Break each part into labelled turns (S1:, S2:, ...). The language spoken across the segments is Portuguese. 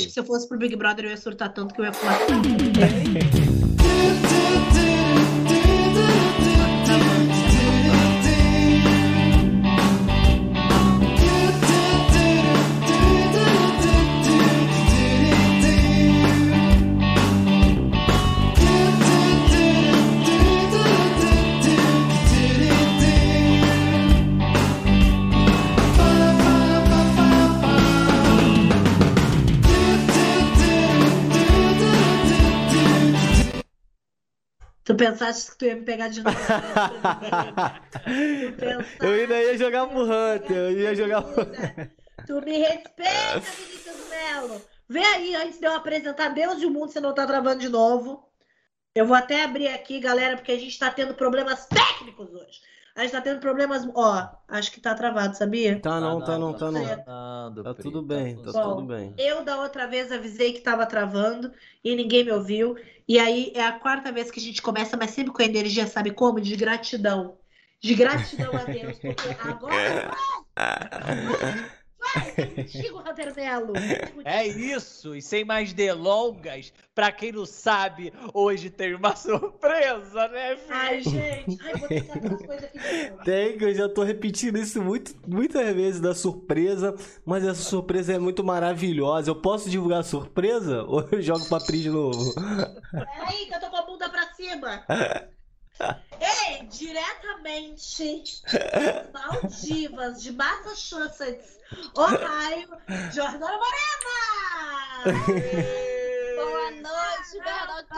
S1: que se eu fosse pro Big Brother eu ia surtar tanto que eu ia pular. Tu pensaste que tu ia me pegar de novo. Tu pensaste
S2: Eu ainda ia jogar
S1: que
S2: pro
S1: me
S2: Hunter,
S1: pegar
S2: eu ia
S1: de
S2: jogar pro.
S1: vida. Tu me respeita, Vinícius Melo. Vem aí, antes de eu apresentar Deus de um Mundo, você não tá travando de novo. Eu vou até abrir aqui, galera, porque a gente tá tendo problemas técnicos hoje. A gente tá tendo problemas. Ó, acho que tá travado, sabia?
S2: Tá não, tá não, tá não.
S1: tá
S3: não.
S2: Tá tudo bem, tá
S1: Bom.
S2: tudo bem.
S1: Eu, da outra vez, avisei que tava travando e ninguém me ouviu. E aí é a quarta vez que a gente começa, mas sempre com a energia, sabe como? De gratidão. De gratidão a Deus, porque agora vai contigo, Hunter Melo.
S3: É isso, e sem mais delongas, pra quem não sabe, hoje tem uma surpresa, né, filho?
S1: Ai, gente. Ai, vou deixar essas coisas aqui. de novo.
S2: Tem que eu já tô repetindo isso muito, muitas vezes da surpresa, mas essa surpresa é muito maravilhosa. Eu posso divulgar a surpresa ou eu jogo pra Pri de novo?
S1: Peraí, que eu tô com a bunda pra cima. Ei, diretamente das Maldivas de Massachusetts, Ohio, Jordana Morena!
S4: Boa noite,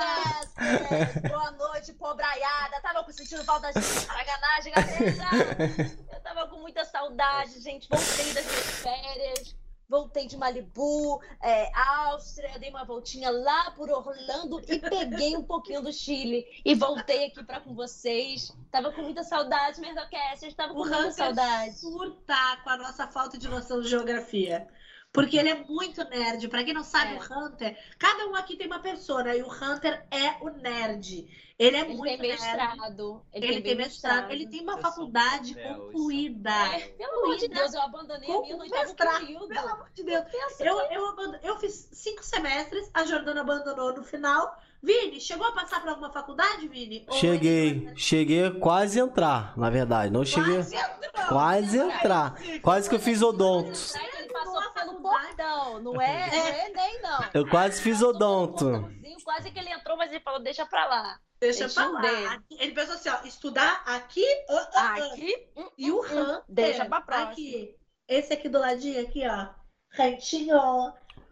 S4: Bernadette! Boa noite, pobraiada! Tava com- sentindo falta de sacanagem, galera! Eu tava com muita saudade, gente. Voltei das minhas férias, voltei de Malibu, é, Áustria, dei uma voltinha lá por Orlando e peguei um pouquinho do Chile. E voltei aqui pra com vocês. Tava com muita saudade, Merdocast, tava
S1: O
S4: com muita
S1: Hunter
S4: saudade.
S1: surtar com a nossa falta de noção de geografia. Porque ele é muito nerd. Pra quem não sabe,
S4: É.
S1: o Hunter, cada um aqui tem uma persona e o Hunter é o nerd. Ele é
S4: Ele
S1: muito
S4: tem
S1: nerd.
S4: mestrado.
S1: Ele, tem mestrado, ele tem uma
S3: Eu sou
S1: faculdade
S3: Mel, eu sou
S1: concluída.
S4: É, pelo amor de Deus, eu abandonei a minha no oitavo
S1: Mestrado,
S4: período.
S1: Pelo amor de Deus.
S4: Pensa
S1: Eu, eu, abando- eu fiz cinco semestres, a Jordana abandonou no final. Vini, chegou a passar por alguma faculdade, Vini? Ou
S2: Cheguei,
S1: ele-
S2: cheguei a quase entrar, na verdade. Não cheguei
S1: Quase entrou.
S2: quase entrar. Quase que eu fiz odonto.
S4: Será que ele passou pelo portão? Não é, não é Enem, não.
S2: Eu quase fiz
S4: Passou pelo
S2: odonto.
S4: portãozinho, Quase que ele entrou, mas ele falou, deixa pra lá.
S1: Deixa
S4: Deixa
S1: pra
S4: um
S1: lá.
S4: dele.
S1: Ele pensou assim, ó, estudar aqui, ah, ah, ah.
S4: Aqui, hum,
S1: e o
S4: hum, hum,
S1: Hunter.
S4: Deixa pra próxima.
S1: Aqui. Esse aqui do ladinho, aqui, ó. Rentinho,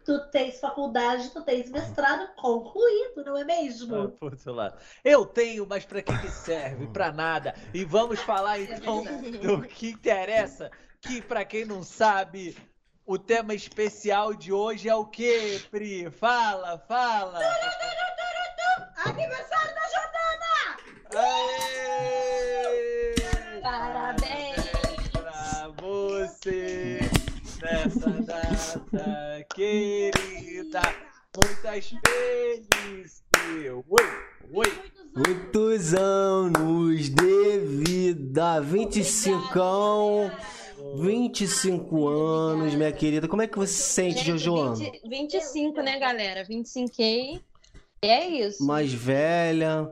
S1: tu tens faculdade, tu tens mestrado concluído, não é
S3: Ah,
S1: mesmo?
S3: pro outro lado. Eu tenho, mas pra que que serve? Pra nada. E vamos falar então do que interessa, que pra quem não sabe, o tema especial de hoje é o quê, Pri? Fala, fala.
S2: Tá.
S1: Aniversário da Jordana!
S3: Aê!
S4: Parabéns.
S3: Pra você nessa data querida. Muitas felizes. Oi, oi.
S1: Muitos anos.
S2: Muitos anos de vida, 25 anos. 25 anos, minha querida. Como é que você se sente,
S4: Gente,
S2: Jojoana?
S4: 20 25, né, galera? 25K. E é isso.
S2: Mais velha,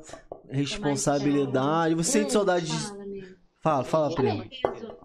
S2: responsabilidade. Você sente saudade de.
S4: Fala, amigo.
S2: Fala, fala, prima.
S1: Peso.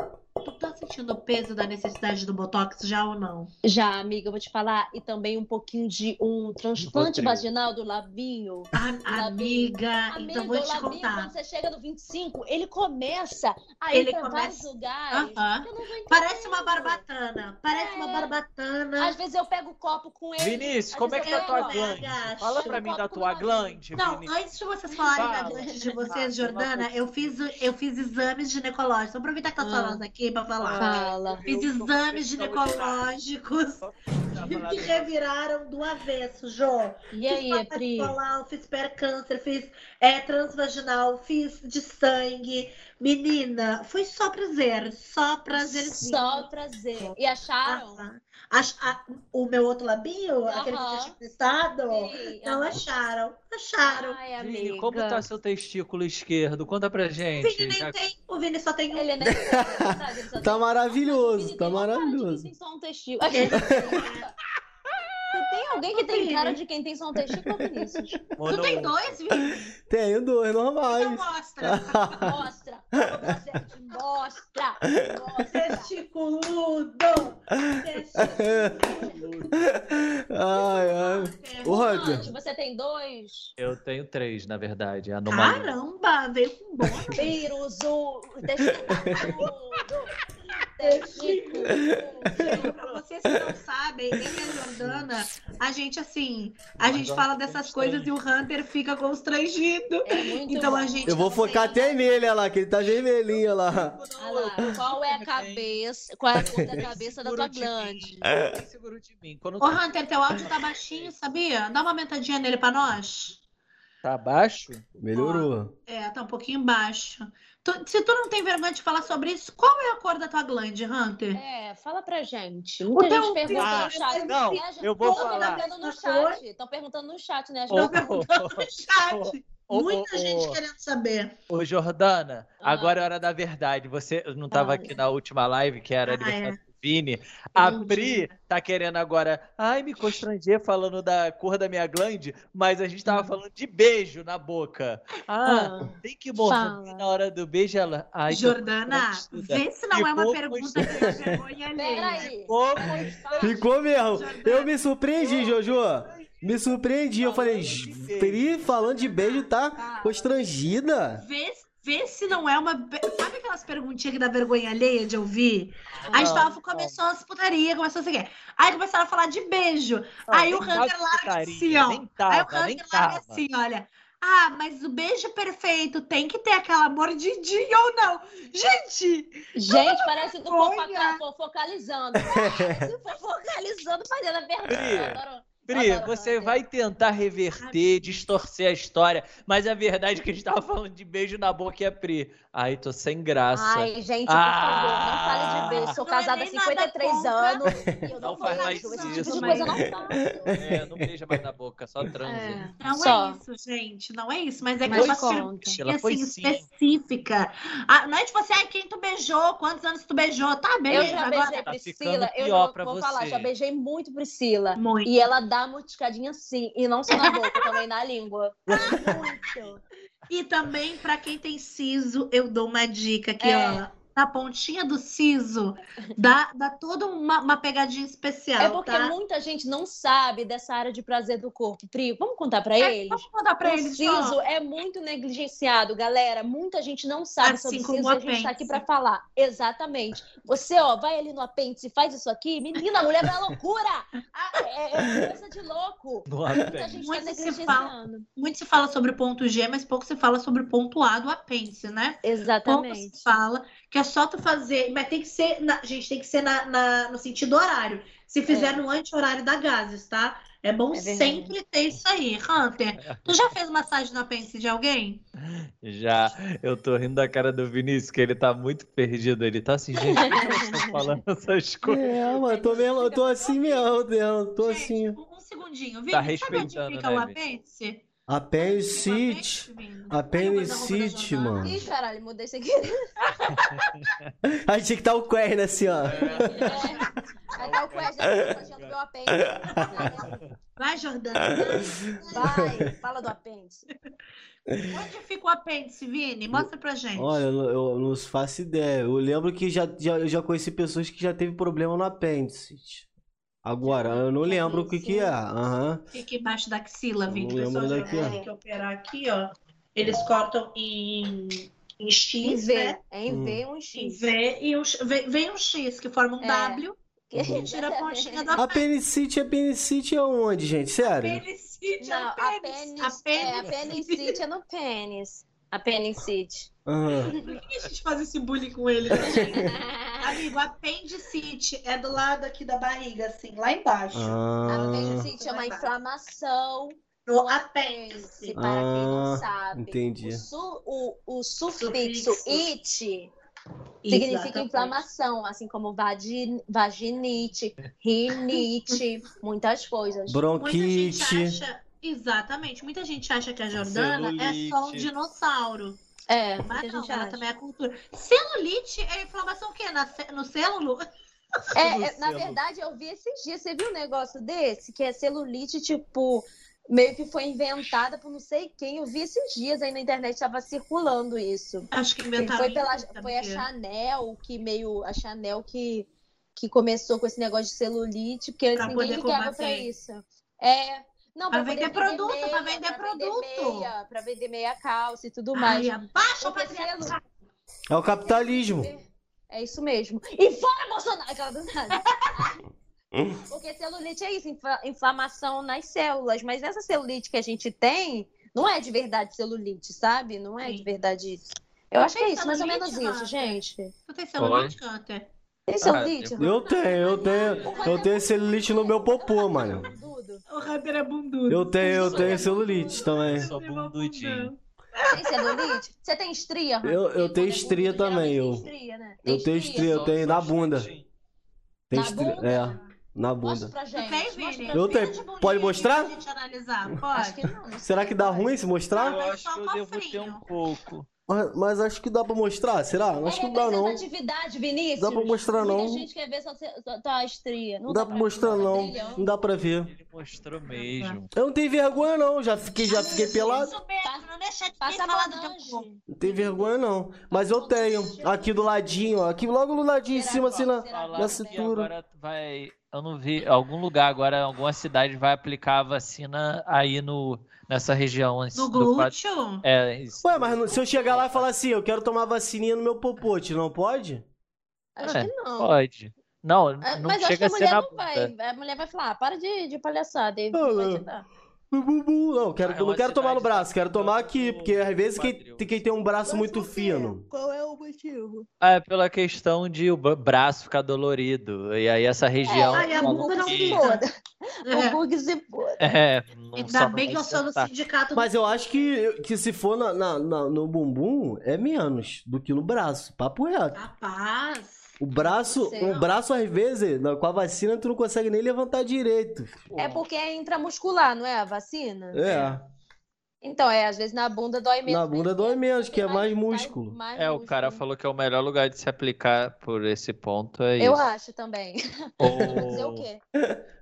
S1: Tu tá sentindo o peso da necessidade do Botox já ou não?
S4: Já, amiga, eu vou te falar. E também um pouquinho de um transplante
S2: Rivotril.
S4: vaginal do labinho.
S1: A- amiga,
S4: Amigo,
S1: então vou
S4: o
S1: te
S4: labinho,
S1: contar.
S4: quando você chega no 25, ele começa a
S1: Ele
S4: ir pra
S1: começa-
S4: vários lugares.
S1: Aham.
S4: que eu não vou
S1: Parece uma
S4: entendendo.
S1: barbatana. Parece uma
S4: É.
S1: barbatana.
S4: Às vezes eu pego o copo com ele.
S3: Vinícius,
S4: às
S3: como é que
S4: vezes
S3: tá a
S4: eu
S3: tua
S4: pego,
S3: glande?
S1: agacho.
S3: Fala pra mim da tua glande,
S1: Não,
S3: Vinícius.
S1: antes de vocês falarem da
S3: Fala.
S1: glande de
S3: Fala,
S1: vocês, Jordana,
S3: fala.
S1: eu fiz, eu fiz exames ginecológicos. Vou aproveitar que tá só
S4: Ah.
S1: nós aqui pra falar.
S4: Fala.
S1: Fiz exames ginecológicos que reviraram do avesso, Jô.
S4: E aí,
S1: fiz
S4: Pri?
S1: colar, fiz percâncer, fiz é, transvaginal, fiz de sangue. Menina, foi só prazer, só prazerzinho.
S4: Só prazer. E acharam?
S1: Ah, ach- ah, o meu outro labinho, aquele que eu
S4: Aham.
S1: tinha testado,
S4: Sim,
S1: não
S4: aham.
S1: acharam, acharam.
S4: Ai, amiga.
S3: Vini, como tá seu testículo esquerdo? Conta pra
S1: O
S3: gente.
S1: Vini nem
S3: Já-
S1: tem, o Vini só tem um.
S4: Ele nem sabe, ele só
S2: Tá
S4: tem-
S2: maravilhoso,
S4: Vini
S2: tá
S4: tem uma cara de
S2: maravilhoso.
S4: que tem só um testículo. Você tem alguém que tem
S1: Sim.
S4: cara de quem tem só um testículo, Vinícius.
S1: Tu tem dois, Vinícius?
S2: Tem dois
S1: Então
S2: normais.
S1: mostra.
S4: Mostra! Mostra! Mostra! Mostra!
S1: Testicudo! Testicudo!
S2: Ai, ai. Ô, Hunter.
S4: Gente, Você tem dois?
S3: Eu tenho três, na verdade. é Anomalia.
S1: Caramba, veio com um bônus.
S4: Piruzu! Testículo! Testículo!
S1: Pra vocês que não sabem, eu e a Jordana, a gente assim, a gente
S3: Agora
S1: fala
S3: fica
S1: dessas coisas e o Hunter fica constrangido.
S4: É muito
S1: Então a
S4: bom.
S1: gente.
S2: Eu vou focar até nele, olha lá, que ele tá vermelhinho olha lá.
S4: Ah lá, qual é a cabeça? Qual é a cor da cabeça da tua glande?
S3: Ninguém segura É. de mim. Quando
S1: Ô, Hunter, teu áudio tá baixinho, sabia? Dá uma aumentadinha nele pra nós.
S3: tá baixo,
S2: Melhorou.
S1: É, tá um pouquinho baixo. Tu- se tu não tem vergonha de falar sobre isso, qual é a cor da tua glande, Hunter?
S4: É, fala pra gente. Muita
S1: teu
S4: gente pergunta
S1: filho-
S4: no
S3: Então,
S4: chat.
S3: ah, não,
S4: Né, gente?
S3: eu vou
S4: Tão
S3: falar. Tá Então,
S4: perguntando no
S1: Essa
S4: chat. Estão perguntando no chat, né? As
S3: Ô,
S1: Tô
S4: pessoas-
S1: perguntando
S3: Oh,
S1: no chat.
S3: Ô, ô,
S1: Muita
S3: ô,
S1: gente
S3: ô.
S1: querendo saber.
S3: Ô, Jordana,
S4: Ah.
S3: agora é hora da verdade. Você eu não estava
S4: Ah.
S3: aqui na última live, que era
S1: Ah,
S3: aniversário do Vini. A
S1: Entendi.
S3: Pri tá querendo agora. Ai, me constranger falando da cor da minha glande, mas a gente
S1: Hum.
S3: tava falando de beijo na boca. Ah, tem que morrer
S4: fala.
S3: na hora do beijo. Ela. Ai, tô
S1: Jordana,
S3: constrangida.
S1: vê se não é uma
S3: Ficou
S1: pergunta que é vergonha alheia.
S4: Peraí.
S3: Ficou
S2: Ficou mesmo. Eu me surpreendi, Jojo. Me surpreendi. Eu falei, "J- Pri falando de beijo tá constrangida.
S1: Vê, vê se não é uma. be- Sabe aquelas perguntinhas que dá vergonha alheia de ouvir? a
S3: Ah,
S1: gente tava, começou as putaria, começou a seguir. Aí começaram a falar de beijo.
S3: Ah,
S1: aí o Hunter larga assim, ó.
S3: Nem
S1: Aí o
S3: tava, nem
S1: Hunter larga
S3: tava.
S1: assim, olha. Ah, mas o beijo perfeito tem que ter aquela mordidinha ou não? Gente!
S4: Gente, parece que
S1: vergonha.
S4: tô focalizando. Parece que tô focalizando, fazendo a verdade. Eu adoro-
S3: Pri,
S4: Adoro,
S3: você
S4: adoro.
S3: vai tentar reverter, distorcer a história, mas a verdade é que a gente tava falando de beijo na boca e a Pri. Ai, tô sem graça.
S4: Ai, gente, por
S3: Ah.
S4: favor, não fale de beijo. Sou
S1: Não é
S4: casada há
S1: nem
S4: 53
S1: nada
S4: anos e
S3: Não
S4: eu não, falo
S3: faz
S4: mais
S3: mais
S4: Esse tipo
S3: isso,
S1: mas-
S4: de coisa eu não faço.
S3: É, não beija mais na boca, só transa.
S1: É, não
S4: Só.
S1: é isso, gente. Não é isso. Mas é que
S4: Mas
S1: é uma
S4: conta.
S1: perguntinha
S3: Ela foi
S1: assim,
S3: sim.
S1: específica. Ah, não é tipo assim, ai, quem tu beijou? Quantos anos tu beijou? Tá,
S4: Eu
S1: beleza.
S4: já
S1: Agora.
S4: beijei
S3: Tá
S4: Priscila,
S3: ficando
S4: eu
S3: pior
S4: já
S3: pra
S4: vou
S3: você.
S4: falar, já beijei muito Priscila.
S1: Muito.
S4: E ela dá mordiscadinha sim, e não só na boca, também na língua. Muito.
S1: E também, pra quem tem siso, eu dou uma dica que,
S4: É.
S1: ó, na pontinha do siso, dá, dá toda uma, uma pegadinha especial,
S4: É porque
S1: tá?
S4: muita gente não sabe dessa área de prazer do corpo. Pri, vamos contar pra
S1: É,
S4: eles?
S1: Vamos mandar pra
S4: o
S1: eles, ó.
S4: siso é muito negligenciado, galera. Muita gente não sabe
S1: Assim
S4: sobre
S1: como
S4: siso
S1: o
S4: e a gente tá
S1: apêndice.
S4: aqui pra falar. Exatamente. Você, ó, vai ali no apêndice e faz isso aqui. Menina, a mulher vai à loucura! Ah, é, é coisa de louco.
S3: No
S4: Muita gente
S1: Muito
S4: tá
S1: se
S4: negligenciando.
S1: Muito se fala sobre o ponto G, mas pouco se fala sobre o ponto A do apêndice, né? Pouco se
S4: Exatamente.
S1: fala que é só tu fazer, mas tem que ser, na, gente, tem que ser na, na- no sentido horário. Se fizer
S4: É.
S1: no anti-horário da gases, tá? É bom
S4: É verdade.
S1: sempre ter isso aí, Hunter. Tu já fez massagem no apêndice de alguém?
S3: Já, eu tô rindo da cara do Vinícius, que ele tá muito perdido. Ele tá assim, gente, por que eu tô falando essas coisas?
S2: É, mano, tô mesmo, eu tô assim mesmo, Deus, tô assim.
S1: Um, um segundinho, Vini, sabe onde
S3: Tá respeitando,
S1: fica
S3: né,
S1: o
S3: Vini?
S1: apêndice?
S2: Apendicite. Apendicite, mano.
S1: assim?
S4: Ih, caralho, mudei isso aqui.
S1: É.
S2: Aí tinha que tá o Quern assim, ó.
S4: É. Até o Quest tá fazendo meu apêndice.
S1: Vai, Jordana.
S4: Vai, fala do apêndice.
S1: Onde fica o apêndice, Vini? Mostra pra gente.
S2: Olha, eu, eu não faço ideia. Eu lembro que já, já, eu já conheci pessoas que já teve problema no apêndice. Agora, eu não lembro o que que é. Aham.
S1: Fica embaixo da axila,
S2: Eu
S1: Vini.
S2: não
S1: O pessoal
S2: lembro é
S1: já
S2: daqui, ó.
S1: tem que operar aqui, ó. Eles cortam em, em
S4: Em
S1: X, né?
S4: V. É em
S2: Hum.
S4: V um
S1: Em
S4: X.
S1: V e um, X- vem, vem um X que forma um
S4: É. Uhum.
S1: W e
S4: Que-
S1: tira a pontinha da
S2: Apendicite, apendicite é onde, gente? Sério?
S1: apêndice.
S4: Não, a pênis. É, a penicite é no pênis. A penicite. é
S2: Aham.
S1: Por que a gente faz esse bullying com ele? né, gente? Amigo, apendicite é do lado aqui da barriga, assim, lá embaixo.
S4: A
S2: Ah,
S4: penicite é uma inflamação
S1: No
S4: apêndice,
S1: apêndice.
S4: para quem
S2: Ah,
S4: não sabe.
S2: entendi.
S4: O, su- o- o sufixo
S1: Sufixo.
S4: it significa
S1: Exatamente.
S4: inflamação, assim como vagin- vaginite, rinite, muitas coisas.
S1: Muita
S2: Bronquite.
S1: gente acha... Exatamente. Muita gente acha que a Jordana é só um
S3: Celulite.
S1: dinossauro.
S4: É,
S1: Mas
S4: muita
S1: não,
S4: gente
S1: ela
S4: acha.
S1: também é cultura. Celulite é inflamação o quê? Na ce- no célulo?
S4: É, é, na verdade, eu vi esses dias. Você viu um negócio desse? Que é celulite, tipo, meio que foi inventada por não sei quem. Eu vi esses dias aí na internet, tava circulando isso.
S1: Acho que
S4: Que
S1: inventaram.
S4: Foi, pela,
S1: isso, né? é. sabe
S4: foi a
S1: por quê?
S4: Chanel que meio. A Chanel que, que começou com esse negócio de celulite, porque
S1: Pra
S4: ninguém
S1: poder
S4: ligava pra
S1: combater.
S4: isso. É. Não,
S1: Pra
S4: pra, poder
S1: vender produto, pra vender produto.
S4: meia, pra vender meia calça e tudo mais.
S1: Ai, abaixa o
S4: Porque
S1: patriarcado.
S4: celu-
S2: É o capitalismo.
S4: É isso mesmo. E fora Bolsonaro! Aquela do nada. Porque celulite é isso, infla- inflamação nas células. Mas essa celulite que a gente tem, não é de verdade celulite, sabe? Não é de
S1: Sim.
S4: verdade. Eu acho que é
S1: Tem
S4: isso, mais ou menos
S1: celulite,
S4: isso,
S1: Rafa?
S4: gente.
S1: Tu tem celulite, Hunter?
S4: Tem celulite?
S2: Ah,
S4: é
S2: Eu tenho, eu tenho. Eu tenho celulite no meu popô, mano.
S4: Dudo.
S1: O Hunter é bundudo. é
S2: Eu tenho, eu
S4: é
S2: tenho celulite também.
S3: Sou bundudinho.
S4: Tem celulite? Você tem estria? Rafa?
S2: Eu- eu
S4: Tem,
S2: tenho
S4: né?
S2: estria
S4: Geralmente
S2: também,
S4: tem
S2: eu-
S4: estria, né? Tem
S2: eu tenho estria, eu tenho na bunda. Tem
S4: Na
S2: estri-
S4: bunda?
S2: É, na bunda.
S4: Mostra pra
S1: Tu
S4: gente.
S1: tem,
S4: mostra
S1: Vini?
S4: pra
S2: Eu
S4: gente.
S2: tenho. Pode mostrar?
S1: Pra gente analisar,
S4: Acho
S1: pode?
S4: que não. não
S2: Será
S4: sei, é.
S2: que dá
S4: pode.
S2: ruim se mostrar?
S3: Eu acho que eu devo ter um pouco.
S2: Mas- Mas acho que dá pra mostrar, será? Acho que não dá não.
S4: é representatividade, Vinícius.
S2: Dá pra mostrar, não.
S4: Muita gente quer ver só, só tua estria. Não
S2: Não dá pra mostrar
S4: ver,
S2: não.
S4: brilhão.
S2: Não dá pra ver.
S3: Ele mostrou mesmo.
S2: Eu não tenho vergonha não, já fiquei, já fiquei pelado.
S1: Isso mesmo, não deixa de
S4: Passa
S1: ter
S4: a
S1: falado teu
S4: falange.
S1: corpo.
S2: Não tem vergonha não. Mas eu tenho. Aqui do ladinho, ó. Aqui logo do ladinho em cima, assim na.
S4: Será que
S3: Falaram que
S2: cintura.
S3: agora vai. Eu não vi. Algum lugar agora, alguma cidade vai aplicar a vacina aí no, nessa região. antes
S1: No
S3: do pat-
S1: glúteo?
S3: É, isso.
S2: Ué, mas não- se eu chegar lá e falar assim, eu quero tomar vacininha no meu popote, não pode?
S4: Acho
S3: É,
S4: que não.
S3: Pode. Não,
S4: Ah,
S3: não
S4: Mas acho que
S3: chega
S4: a
S3: a ser
S4: mulher
S3: na
S4: não
S3: bunda.
S4: vai. A mulher vai falar, ah, para de, de palhaçada. Ele
S2: Ah,
S4: não vai
S2: não.
S4: te dar.
S2: No bumbum, Não, quero,
S3: Ah, é
S2: eu não
S3: uma
S2: quero tomar no
S3: cidade
S2: braço, quero tomar aqui,
S3: do-
S2: porque às vezes quem,
S3: quadril.
S2: tem- quem tem um braço muito fino.
S4: Qual é o motivo?
S3: Ah, é pela questão de o bra- braço ficar dolorido. E aí essa região.
S1: É, aí a
S4: o
S3: falou
S1: bunda não
S4: bug se
S3: que-
S1: fica.
S4: foda. O
S1: É.
S4: bug se foda.
S3: É, não
S1: Ainda
S3: só não
S1: bem que eu
S3: vai
S1: sou do
S3: sentar.
S1: sindicato
S2: Mas eu acho que, que se for na- na- na- no bumbum, é menos do que no braço. Papo reto.
S1: do rapaz.
S2: O braço,
S4: Sei
S2: o
S4: Ah, não.
S2: braço às vezes, na- com a vacina, tu não consegue nem levantar direito.
S4: É porque é intramuscular, não é a vacina?
S2: É.
S4: Então, é, às vezes na bunda dói menos. né?
S2: Na bunda dói menos, que é mais músculo.
S4: mais
S3: É, o cara
S4: músculo.
S3: falou que é o melhor lugar de se aplicar por esse ponto. É
S4: Eu
S3: isso.
S4: acho também. Vou dizer o quê?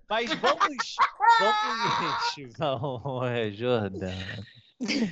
S3: Mas vamos. Vamos, é vamos, Jordan.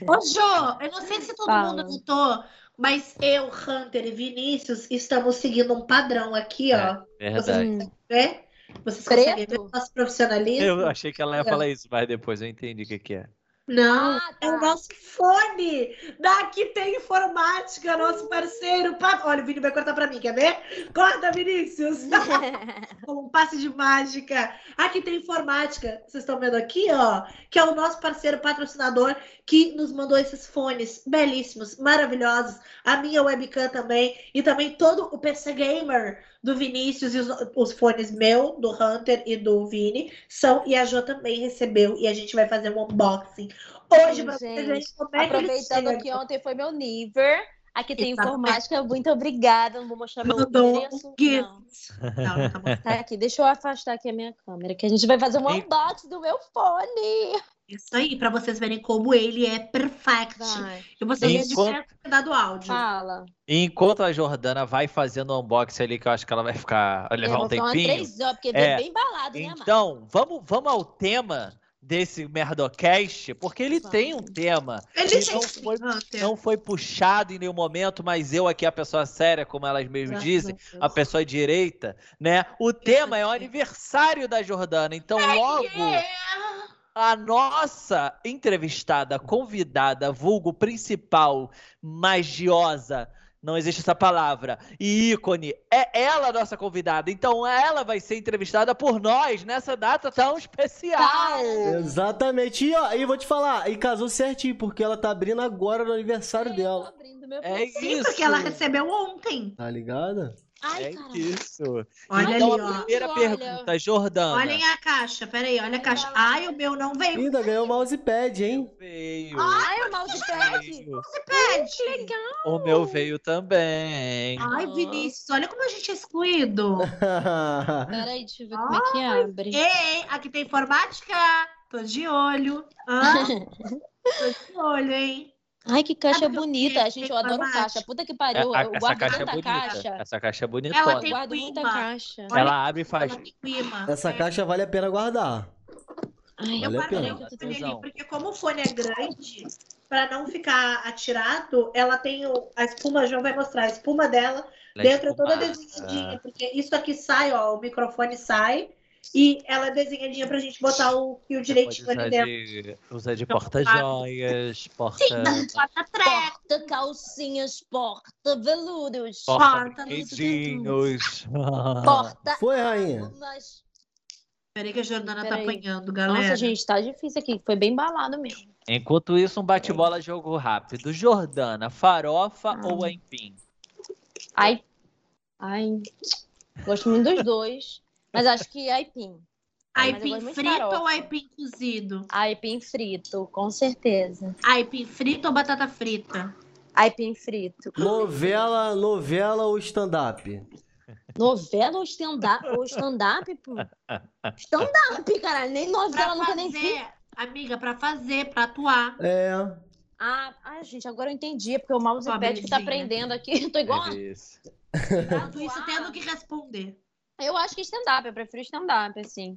S1: Ô, Jô, eu não sei se todo
S4: Fala.
S1: mundo notou, mas eu, Hunter e Vinícius estamos seguindo um padrão aqui, ó.
S3: Verdade.
S4: Hum.
S1: Né? Vocês
S4: Preto?
S1: conseguem ver o nosso profissionalismo?
S3: Eu achei que ela ia falar isso, mas depois eu entendi o que, que é.
S1: Não.
S4: Ah,
S1: É o
S4: tá.
S1: nosso fone! Daqui tem informática, nosso parceiro. Pa- Olha, o Vini vai cortar pra mim, quer ver? Corta, Vinícius! Com um passe de mágica. Aqui tem informática. Vocês estão vendo aqui, ó? Que é o nosso parceiro patrocinador que nos mandou esses fones belíssimos, maravilhosos. A minha webcam também. E também todo o PC Gamer do Vinícius e os, os fones meu, do Hunter e do Vini. São, e a Jo também recebeu. E a gente vai fazer um unboxing hoje
S4: Ai,
S1: pra vocês
S4: gente,
S1: verem como é que eles
S4: Aproveitando
S1: chegam.
S4: que ontem foi meu Niver. Aqui tem
S1: Exatamente.
S4: informática, muito obrigada. Não vou mostrar meu
S1: Mandou
S4: endereço.
S1: um gift.
S4: Não.
S1: Não, não tá bom.
S4: Tá aqui, deixa eu afastar aqui a minha câmera, que a gente vai fazer um
S3: Ei.
S4: unboxing do meu fone.
S1: Isso aí, pra vocês verem como ele é perfect.
S4: Vai,
S1: E vocês
S3: Enquanto-
S1: disseram que dá do áudio.
S4: fala.
S3: E enquanto a Jordana vai fazendo o unboxing ali, que eu acho que ela vai ficar.
S4: Eu
S3: levar
S4: vou
S3: um
S4: ficar uma
S3: tempinho.
S4: três horas, porque
S3: É.
S4: é bem balado, né, Marcos?
S3: Então, vamos, vamos ao tema desse Merdocast, porque ele
S4: Vamos. É.
S3: tem um tema.
S1: Ele
S3: que
S1: tem
S3: não
S1: sim,
S3: foi,
S1: Hunter.
S3: não foi puxado em nenhum momento, mas eu aqui, a pessoa séria, como elas mesmo
S1: Graças
S3: dizem,
S1: a Deus.
S3: a pessoa direita, né? O tema é o aniversário da Jordana. Então,
S4: é?
S3: logo,
S1: Yeah!
S3: a nossa entrevistada, convidada, vulgo principal, magiosa. Não existe essa palavra. E ícone. É ela a nossa convidada. Então ela vai ser entrevistada por nós nessa data tão
S1: Tá.
S3: especial.
S2: É, Exatamente. E ó, e vou te falar, e casou certinho, porque ela tá abrindo agora no aniversário
S4: Eu tô
S2: dela.
S4: abrindo meu
S3: É
S4: fone.
S1: Sim,
S3: isso.
S1: porque ela recebeu ontem.
S2: Tá ligada?
S4: Ai,
S3: É
S4: caralho.
S3: isso.
S1: Olha
S3: então,
S1: ali,
S3: a
S1: ó.
S3: primeira
S4: Olha.
S3: pergunta, Jordana.
S1: Olhem a caixa, peraí, olha a caixa. Ai, o meu não veio.
S4: um
S2: Ainda ganhou o mousepad, hein?
S3: Veio.
S4: Ai, o mousepad.
S3: Veio.
S1: Pede.
S3: O meu veio também.
S1: Ai,
S4: Nossa.
S1: Vinícius, olha como a gente é excluído.
S4: Peraí, deixa eu ver como é que abre.
S1: Ei, aqui tem informática. Tô de olho. Hã? Tô de olho, hein?
S4: Ai, que caixa
S1: Sabe o que eu
S4: bonita.
S1: sei?
S4: A gente, eu adoro
S1: Reclamar.
S4: caixa. Puta que pariu.
S3: É, a-
S4: eu
S3: essa
S4: guardo
S3: caixa é
S4: tanta
S3: bonita.
S4: caixa.
S3: Essa caixa é bonita.
S1: Ela
S4: Eu
S1: tem
S4: guardo muita
S1: uma.
S4: caixa.
S1: Olha
S3: Ela abre e faz.
S1: Ela tem clima.
S2: Essa
S4: é.
S2: caixa vale a pena guardar.
S4: Ai,
S1: Eu
S2: Vale a
S1: guardei
S2: pena.
S1: o
S4: eu tô
S1: fone ali,
S3: Tesão.
S1: porque como o fone é grande, para não ficar atirado, ela tem o- a espuma, João vai mostrar, a espuma dela
S3: Ela
S4: Né,
S3: tipo
S1: dentro é toda
S3: espumada. Ah,
S1: desenhadinha, porque isso aqui sai, ó, o microfone sai e ela é desenhadinha pra gente botar o fio
S3: Você
S1: direitinho
S3: pode
S1: ali
S3: usar
S1: dentro.
S3: de, usar de porta-joias, porta...
S1: Bota treco,
S4: Porta calcinhas, porta veludos. Tá
S1: porta, não sei o que.
S3: Porta-queijinhos.
S4: Porta
S2: Foi, rainha.
S4: Tá mas...
S1: Peraí que a Jordana tá
S4: Peraí.
S1: apanhando, galera.
S4: Nossa, gente, tá difícil aqui. Foi bem balado mesmo.
S3: Enquanto isso, um bate-bola jogo rápido. Jordana, farofa
S4: Ah.
S3: ou aipim?
S4: Ai. Ai. Gosto muito dos dois. Mas acho que aipim. mas eu
S1: Aipim
S4: gosto muito de
S1: frito
S4: farofa.
S1: ou aipim cozido?
S4: Aipim frito, com certeza.
S1: Aipim frito ou batata frita?
S4: Aipim frito.
S2: Novela, novela ou stand-up?
S4: Novela ou stand-up? Ou stand-up, pô? Stand-up, caralho. Nem novela,
S1: Pra
S4: nunca nem vi.
S1: fazer, amiga, pra fazer, pra atuar.
S2: É.
S4: Ah, ai, gente, agora eu entendi, é porque o mousepad que tá
S1: Pobrezinha.
S4: aprendendo aqui. Eu tô igual. a-
S3: Isso.
S1: Tudo isso tendo que responder.
S4: Eu acho que stand-up, eu prefiro stand-up, assim.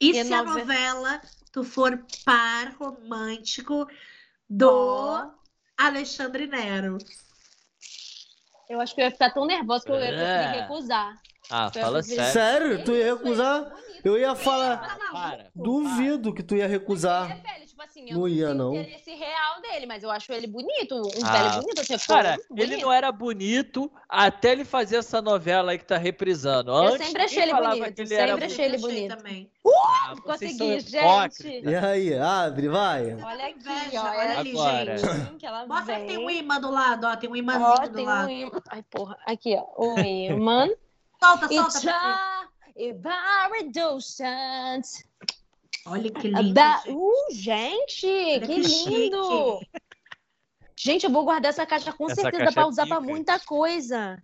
S1: E é
S4: Porque
S1: se a
S4: nove-
S1: novela tu for par romântico do
S4: Ó.
S1: Alexandre Nero?
S4: Eu acho que eu ia ficar tão nervosa que eu ia ter que
S3: É.
S4: recusar.
S3: Ah,
S4: Eu
S3: fala
S4: fiz
S2: É.
S4: isso.
S3: sério.
S2: Sério? Tu ia recusar? Eu ia falar.
S1: Tá maluco?
S3: Para.
S2: Duvido que tu ia recusar.
S4: velho, tipo assim,
S2: Não ia, não.
S4: tenho interesse real dele, mas eu acho ele bonito. Um
S3: Ah.
S4: velho bonito, assim, eu fico
S3: Cara,
S4: muito
S3: ele
S4: bonito.
S3: não era bonito até ele fazer essa novela aí que tá reprisando. Antes,
S4: sempre achei
S3: ninguém
S4: ele
S3: falava
S4: bonito,
S3: que ele era
S4: sempre
S3: bonito.
S4: achei ele bonito.
S1: também.
S3: Ah, vocês
S4: Consegui,
S3: são hipócritas.
S4: gente.
S2: E aí, abre, vai.
S4: Olha aqui,
S1: Inveja,
S4: ó.
S1: olha
S4: ela
S1: ali,
S3: Agora.
S1: gente.
S4: assim que ela
S1: Mostra
S4: vem.
S1: que tem um imã do lado, ó. Tem um imãzinho
S4: Ó,
S1: do
S4: tem
S1: lado.
S4: um imã. Ai, porra. Aqui, ó. O imã.
S1: Solta,
S4: e
S1: solta. pra
S4: tchá. E Baridocent.
S1: você. Olha que lindo.
S4: Da...
S1: gente.
S4: Uh, gente,
S1: Olha
S4: que
S1: que chique.
S4: lindo! Gente, eu vou guardar essa caixa com
S3: Essa
S4: certeza
S3: caixa
S4: pra
S3: é
S4: usar pra
S3: pica.
S4: muita coisa.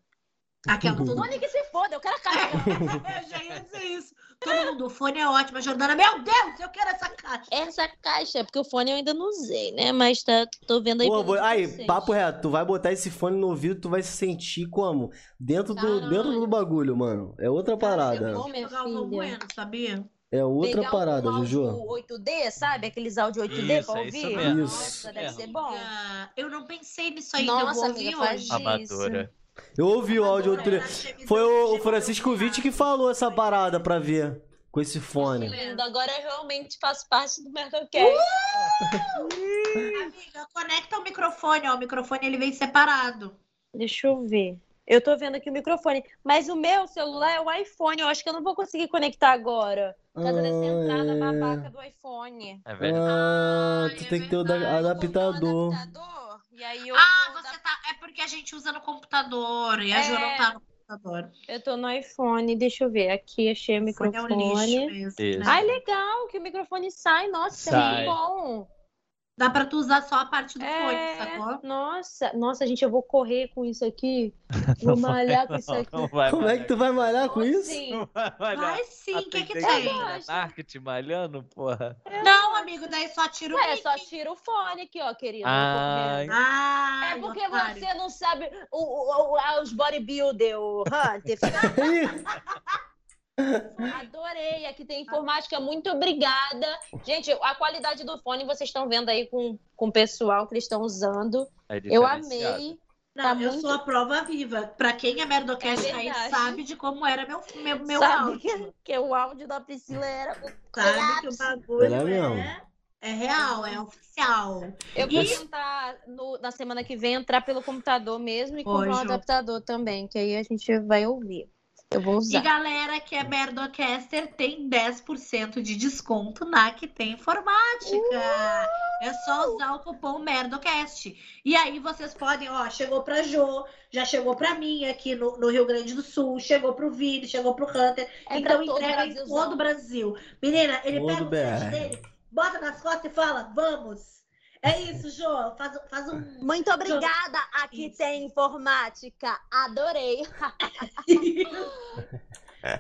S1: Aquela todo mundo.
S4: Tony que se foda, eu quero a caixa.
S1: Eu já ia dizer isso. Todo mundo, o fone é ótimo. A Jordana, meu Deus, eu quero essa caixa.
S4: Essa caixa, é porque o fone eu ainda não usei, né? Mas tá, tô vendo aí.
S2: Pô,
S4: pelo
S2: vou- aí,
S4: vocês.
S2: papo reto, tu vai botar esse fone no ouvido, tu vai se sentir como? Dentro do,
S4: Caralho.
S2: dentro do bagulho, mano. É outra
S1: Eu
S2: parada.
S4: vou-
S1: vou
S4: minha
S1: jogar o
S4: filha.
S1: Bueno, sabia?
S2: É outra
S4: Pegar um
S2: parada,
S4: áudio
S2: Juju.
S4: 8D, sabe? Aqueles áudio 8D
S3: Isso,
S4: pra
S3: é isso
S4: ouvir.
S3: mesmo. É.
S2: Isso.
S4: Nossa, deve ser É bom.
S1: Ah, Eu não pensei nisso ainda. eu vou
S4: Nossa,
S1: ouvir
S4: amiga, faz
S1: hoje.
S4: isso.
S3: Amadora.
S2: Eu ouvi Ah, o áudio outro
S4: um
S1: Adorei.
S2: dia. Foi o o Francisco Vitti que falou essa parada pra ver com esse fone.
S4: Lindo, agora eu realmente faço parte do Mercadocast.
S1: Amiga, conecta o microfone, ó. O microfone ele vem separado.
S4: Deixa eu ver. Eu tô vendo aqui o microfone, mas o meu celular é o iPhone. Eu acho que eu não vou conseguir conectar agora. Por causa dessa
S2: é.
S4: entrada babaca do iPhone.
S3: É verdade.
S2: Ah,
S4: Ai,
S2: tu
S4: é
S2: tem que ter o da-
S4: verdade, eu vou comprar um
S2: adaptador.
S4: adaptador, E aí eu,
S1: Ah,
S4: vou
S1: você
S4: dar-
S1: tá. É porque a gente usa no computador e a
S4: É.
S1: Jo não tá no computador.
S4: eu tô no iPhone, deixa eu ver. Aqui achei o
S1: O fone
S4: microfone.
S1: é um lixo mesmo.
S3: Isso.
S1: né?
S4: Ai, legal que o microfone sai. Nossa,
S3: Sai.
S4: é muito bom.
S1: Dá pra tu usar só a parte do fone,
S4: É,
S1: sacou?
S4: Nossa, nossa, gente, eu vou correr com isso aqui. Vou malhar com isso aqui.
S3: Não vai
S2: Como é que tu vai malhar com isso?
S4: Sim.
S3: Não vai malhar.
S1: Mas sim, o que tá que
S3: Atendente
S1: tem?
S4: Eu
S3: da
S4: gosto.
S3: Marketing malhando, porra.
S1: Não, amigo, daí só tira o
S4: É,
S1: mic.
S4: só tira o fone aqui, ó, querido.
S3: Ai.
S1: Ah,
S4: É porque
S1: otário.
S4: você não sabe o, o- o- ah, os bodybuilder, o Hunter.
S2: Ih,
S4: Adorei, aqui tem informática, muito obrigada. Gente, a qualidade do fone vocês estão vendo aí com, com o pessoal que eles estão usando.
S3: É
S4: Eu
S3: diferenciado.
S4: amei.
S1: Não,
S4: tá
S1: eu
S4: muito-
S1: sou a prova viva. Pra quem é merdocast
S4: É
S1: aí
S4: verdade.
S1: sabe de como era meu, meu, meu
S4: sabe
S1: áudio.
S4: que, é? que o áudio da Priscila era.
S1: Sabe que o bagulho
S2: Era mesmo.
S1: é, é real, é oficial.
S4: Eu vou
S1: Isso.
S4: tentar no- na semana que vem entrar pelo computador mesmo e
S1: Boa,
S4: comprar um
S1: Ju.
S4: adaptador também, que aí a gente vai ouvir. Eu vou
S1: E
S4: usar.
S1: galera que é Merdocaster tem 10% de desconto na que tem informática. É só usar o cupom Merdocast. E aí vocês podem, ó, chegou pra Jo, já chegou pra mim aqui no, no Rio Grande do Sul, chegou pro Vini, chegou pro Hunter.
S4: É pra
S1: então
S4: todo
S1: entrega em
S4: Brasilzão.
S1: todo o Brasil. Menina, ele
S2: Todo
S1: pega o
S2: BR.
S1: cliente dele, bota nas costas e fala, vamos. É isso, Jo. Faz, faz um...
S4: Muito obrigada, aqui
S1: Isso.
S4: tem informática. Adorei.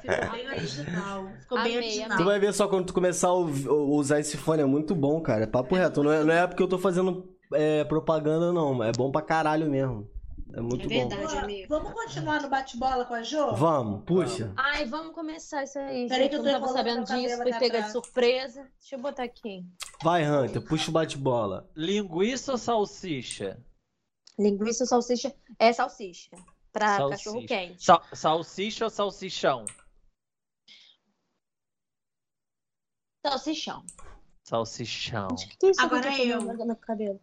S1: Ficou bem original. Ficou bem
S4: Amei,
S1: original.
S2: Tu vai ver só quando tu começar a ouv- usar esse fone, é muito bom, cara. Papo reto, não é, não é porque eu tô fazendo é, propaganda, não. É bom pra caralho mesmo. É muito
S5: É
S2: bom.
S5: verdade.
S1: Ó,
S5: amigo.
S1: Vamos continuar no bate-bola com a Jo?
S2: Vamos, puxa.
S4: Ai, vamos começar isso aí.
S1: Peraí
S4: gente.
S1: que eu
S4: eu
S1: tô
S4: não tava
S1: enrolando
S4: sabendo
S1: meu cabelo
S4: disso,
S1: aqui
S4: fui pega de
S1: atrás.
S4: surpresa. Deixa eu botar aqui.
S2: Vai, Hunter, puxa o bate-bola.
S3: Linguiça ou salsicha?
S4: Linguiça ou salsicha? É salsicha. Pra
S3: Salsicha.
S4: cachorro quente.
S3: Sal- salsicha ou salsichão?
S4: Salsichão.
S3: Salsichão.
S4: Que isso
S5: Agora
S4: que eu
S5: eu.
S4: tô comendo no cabelo?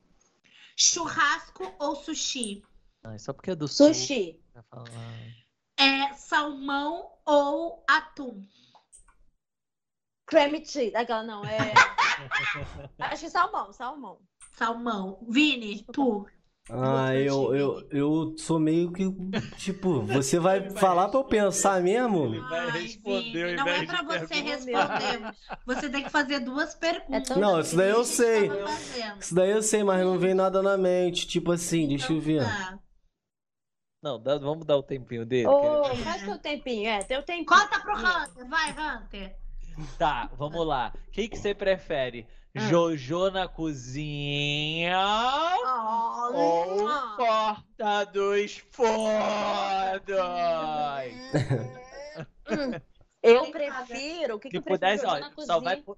S5: Churrasco ou sushi?
S3: Ai, só porque é do sul.
S4: Sushi.
S3: pra falar.
S5: É salmão ou atum?
S4: Creme cheese. Aquela não, é. Acho que salmão, salmão.
S5: Salmão. Vini, tu.
S2: Ah,
S5: Importante,
S2: eu, eu, eu sou meio que. Tipo, você vai
S3: Ele vai
S2: falar pra eu pensar mesmo?
S3: Ele vai
S5: Ai,
S3: responder ao
S5: Vini, não
S3: invés
S5: é
S3: de
S5: pra você
S3: perguntar.
S5: responder. Você tem que fazer duas
S4: É
S5: perguntas.
S4: tão
S2: Não, isso daí eu
S5: A gente
S2: sei.
S5: tava tá fazendo.
S2: Isso daí eu sei, mas não vem nada na mente. Tipo assim, deixa eu ver.
S5: Tá.
S3: Não, dá- vamos dar o tempinho dele.
S4: Ô,
S3: que ele-
S4: faz teu tempinho, é, teu tempinho.
S5: Conta pro Hunter, vai, Hunter.
S3: Tá, vamos lá. O que, que você prefere?
S1: Ah.
S3: Jojo na cozinha ou porta dos
S1: é
S3: fundos?
S4: Eu prefiro. O que,
S3: Se
S4: que eu prefiro?
S3: pudesse,
S4: Eu vou
S3: olha,
S4: na
S3: Tipo, só
S4: cozinha.
S3: vai, po-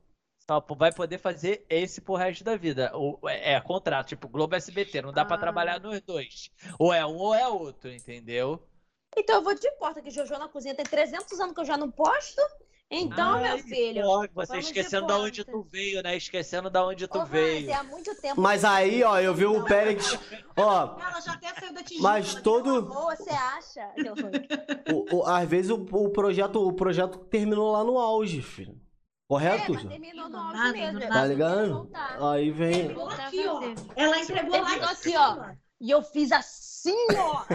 S3: só po- vai poder fazer esse pro resto da vida. Ou é, é contrato, tipo Globo SBT, não dá pra
S4: Ah.
S3: trabalhar nos dois. Ou é um ou é outro, entendeu?
S4: Então eu vou de porta, que Jojo na cozinha tem 300 anos que eu já não posto. Então,
S3: Ai,
S4: meu filho.
S3: Ó, Você
S4: vamos de
S3: esquecendo da onde
S4: porta.
S3: tu veio, né? Esquecendo da onde tu
S4: Ô, ah!
S3: veio.
S4: Hansi, há muito tempo.
S2: Mas aí, ó, eu vi o Pérez. Ó,
S5: Ela já até saiu da tigela.
S2: mas todo.
S4: Boa, você acha?
S2: O, o- às vezes o, o projeto, o projeto terminou lá no auge, filho. Correto?
S4: É, mas terminou no
S5: Não,
S4: auge
S5: nada,
S4: mesmo.
S5: não, nada.
S4: eu
S2: tá
S4: tenho que
S2: ligado?
S4: voltar.
S2: Aí vem.
S4: Vou voltar a
S1: Aqui, ó.
S4: fazer.
S1: Ela entregou
S4: Ele
S1: lá em
S4: ficou
S5: assim,
S4: aqui,
S1: cima.
S4: E eu fiz assim, ó.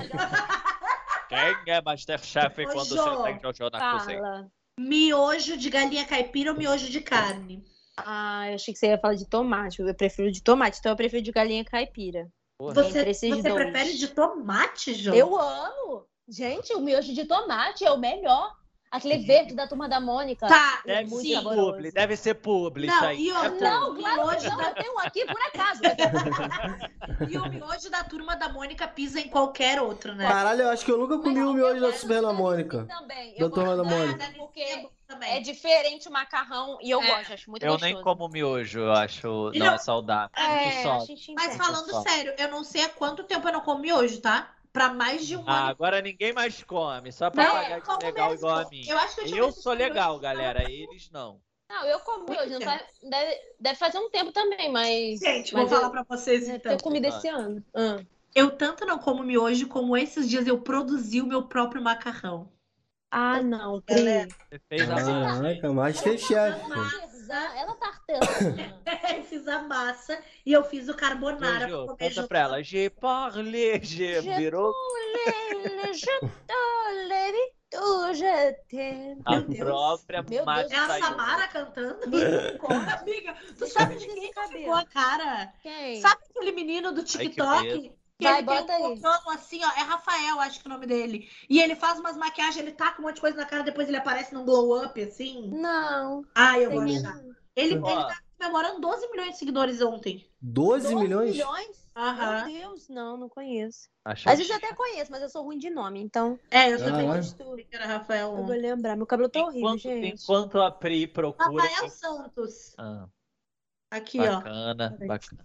S3: Quem é Masterchef
S1: Ô, quando Jô, você tem
S3: Jojo na
S4: Fala.
S1: Miojo de galinha caipira ou miojo de carne?
S4: Ah, eu achei que você ia falar de tomate. Eu prefiro de tomate, então eu prefiro de galinha caipira.
S1: Você,
S4: Entre esses
S1: você
S4: dois.
S1: prefere de tomate, Jo?
S4: Eu amo! Gente, o miojo de tomate é o melhor. Aquele
S2: Uhum.
S4: verde da turma da Mônica.
S1: Tá,
S4: É
S3: Deve
S4: muito
S3: ser
S4: saboroso.
S3: publi, deve ser publi isso
S1: Não,
S3: aí.
S1: e outra,
S4: Não, é claro que
S1: miojo
S4: não.
S1: da,
S4: Eu tenho um aqui por acaso.
S1: e o miojo da turma da Mônica pisa em qualquer outro, né?
S2: Caralho, eu acho que eu nunca comi o miojo da Super da Mônica.
S4: Também.
S2: Da turma da
S4: gosto
S2: Mônica.
S4: Porque é
S1: também.
S4: diferente o macarrão e eu
S1: É.
S4: gosto, acho muito
S3: Eu
S4: gostoso.
S3: nem como miojo, eu acho
S1: E
S3: não,
S1: não-
S3: é saudável. Muito
S4: É, a
S3: sólido.
S4: gente
S1: Mas
S4: entende.
S1: falando
S3: pessoal.
S1: sério, eu não sei há quanto tempo eu não como miojo, tá? Pra mais de um
S3: Ah,
S1: ano.
S3: agora ninguém mais come, só pra
S4: Não,
S3: pagar de
S1: como
S3: legal
S1: mesmo.
S3: igual a mim.
S1: Eu acho que eu já
S3: Eu
S1: fiz
S3: sou
S1: miojo
S3: legal,
S1: de
S3: galera, eles não.
S4: Não, eu como
S1: Muito
S4: hoje. não
S1: tempo.
S4: faz- deve, deve fazer um tempo também, mas.
S1: Gente,
S4: Mas
S1: vou falar
S4: eu-
S1: pra vocês
S4: Deve
S1: então.
S4: ter comido esse ano. Ah.
S1: Eu tanto não como miojo, como esses dias eu produzi o meu próprio macarrão.
S4: Ah, não. Pri.
S1: Galera.
S3: Você fez a
S2: Caraca, Masterchef. filho.
S4: Artesã, Ela tá artesã.
S1: eu fiz a massa e eu fiz o carbonara pra
S3: Jojo,
S1: comer
S3: conta
S1: junto.
S3: pra ela. Je parle, je
S4: Je
S3: virou
S4: Olé, je tolere, tu je t'aime.
S3: a
S1: Deus.
S3: própria
S4: Meu Deus,
S1: É a
S3: Massa
S1: Samara cantando?
S4: Como?
S1: Amiga, tu
S4: Deixa eu
S1: sabe
S4: ver
S1: de
S4: esse
S1: quem que
S4: cabelo.
S1: ficou a cara?
S4: Quem?
S1: Sabe aquele menino do
S3: que
S1: TikTok?
S3: medo.
S1: que
S4: Vai,
S1: ele
S4: bota
S1: tem um
S4: aí.
S1: contorno assim, ó. É Rafael, acho que é o nome dele. E ele faz umas maquiagens, ele taca um monte de coisa na cara, depois ele aparece num glow up, assim.
S4: Não.
S1: Ai, eu
S4: Tem
S1: vou
S4: nem-
S1: achar. Ele, ele
S3: Ó.
S1: tá comemorando 12 milhões de seguidores ontem.
S2: 12
S4: 12
S2: milhões?
S4: Meu
S1: Aham.
S4: Deus, não, não conheço.
S3: Achou
S4: Às vezes eu até conheço, mas eu sou ruim de nome, então
S1: É, eu também
S2: Caralho.
S1: gostei que era Rafael
S4: eu vou
S1: ontem.
S4: lembrar. Meu cabelo tá horrível,
S3: enquanto,
S4: gente.
S3: enquanto a Pri procura.
S1: Rafael Santos.
S3: Ah,
S1: Aqui, ó.
S3: bacana,
S1: Peraí.
S3: bacana.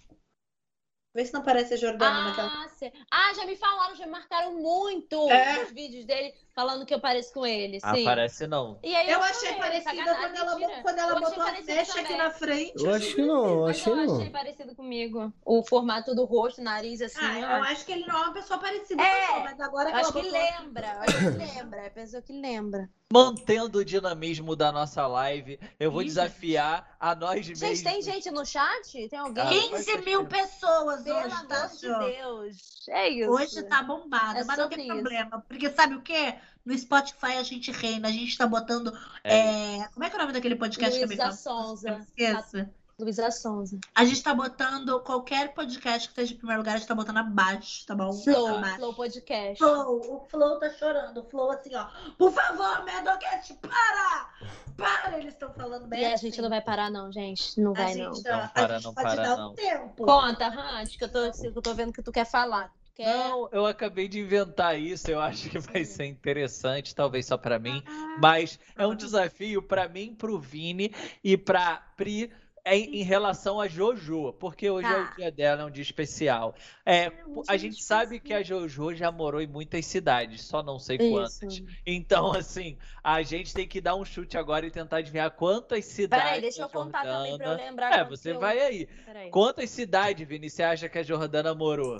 S1: Vê se não parece a Jordana naquela.
S4: Ah, cê- ah, já me falaram, já me marcaram muito
S1: É?
S4: os vídeos dele falando que eu pareço com ele, sim.
S3: Aparece não.
S4: E aí
S1: Eu achei
S4: falei,
S1: parecida
S4: sacanagem,
S1: quando ela,
S4: Tá mentira.
S1: quando ela
S4: Eu achei
S1: botou a
S4: parecido
S1: mecha aqui
S4: também.
S1: na frente.
S2: Eu acho que não, eu
S4: Mas
S2: acho que
S4: eu achei
S2: não.
S4: parecido comigo. O formato do rosto, nariz, assim,
S1: Ah,
S4: ó.
S1: eu acho que ele não é uma pessoa parecida,
S4: É,
S1: não, mas agora
S4: Eu
S1: que ela
S4: acho que
S1: botou...
S4: lembra, eu acho que lembra, é a pessoa que lembra.
S3: Mantendo o dinamismo da nossa live, eu vou
S1: Ih,
S3: desafiar a nós
S4: Gente,
S3: mesmos.
S4: tem gente no chat? Tem alguém?
S3: Quem?
S1: 15 mil pessoas
S4: é Pelo
S1: hoje, tá,
S4: amor de
S1: Jô?
S4: Deus. É isso.
S1: Hoje tá bombada,
S4: É
S1: mas não tem
S4: sobre isso.
S1: problema. Porque sabe o quê? No Spotify a gente eh, é reina, a gente tá botando. é, Como é que é o nome daquele podcast que eu me
S4: Luísa
S1: falo?
S4: Sonza.
S1: Esqueça.
S4: Luísa Sonza.
S5: A gente tá botando qualquer podcast que esteja em primeiro lugar, a gente tá botando abaixo, tá bom?
S4: Flow,
S5: Abaixo.
S4: Flow Podcast.
S1: Flow, o Flow tá chorando. O Flow assim, ó. Por favor, Medocast, para! Para! Eles estão falando bem.
S4: E a
S1: assim.
S4: gente não vai parar, não, gente. Não
S1: A
S4: vai, não.
S1: gente, tá-
S3: Não para,
S1: a gente
S3: não
S1: pode
S3: para,
S1: dar um
S3: não.
S1: tempo.
S4: Conta, Hans, que eu tô, que eu tô vendo que é tu quer falar. Tu quer...
S3: Não, eu acabei de inventar isso, eu acho que vai ser interessante, talvez só pra mim,
S4: Ah,
S3: mas é um desafio pra mim, pro Vini e pra Pri em, em relação a Jojo, porque hoje é
S4: Tá.
S3: o dia dela, é um dia especial. É,
S1: um
S3: a
S1: dia
S3: gente sabe que a Jojo já morou em muitas cidades, só não sei
S4: Isso.
S3: quantas. Então, assim, a gente tem que dar um chute agora e tentar adivinhar quantas cidades.
S4: Peraí, deixa eu contar também pra eu
S3: Jordana-
S4: lembrar.
S3: tá É,
S4: quanto
S3: você
S4: eu-
S3: vai aí.
S4: Peraí.
S3: Quantas cidades, Vini, você acha que a Jordana morou?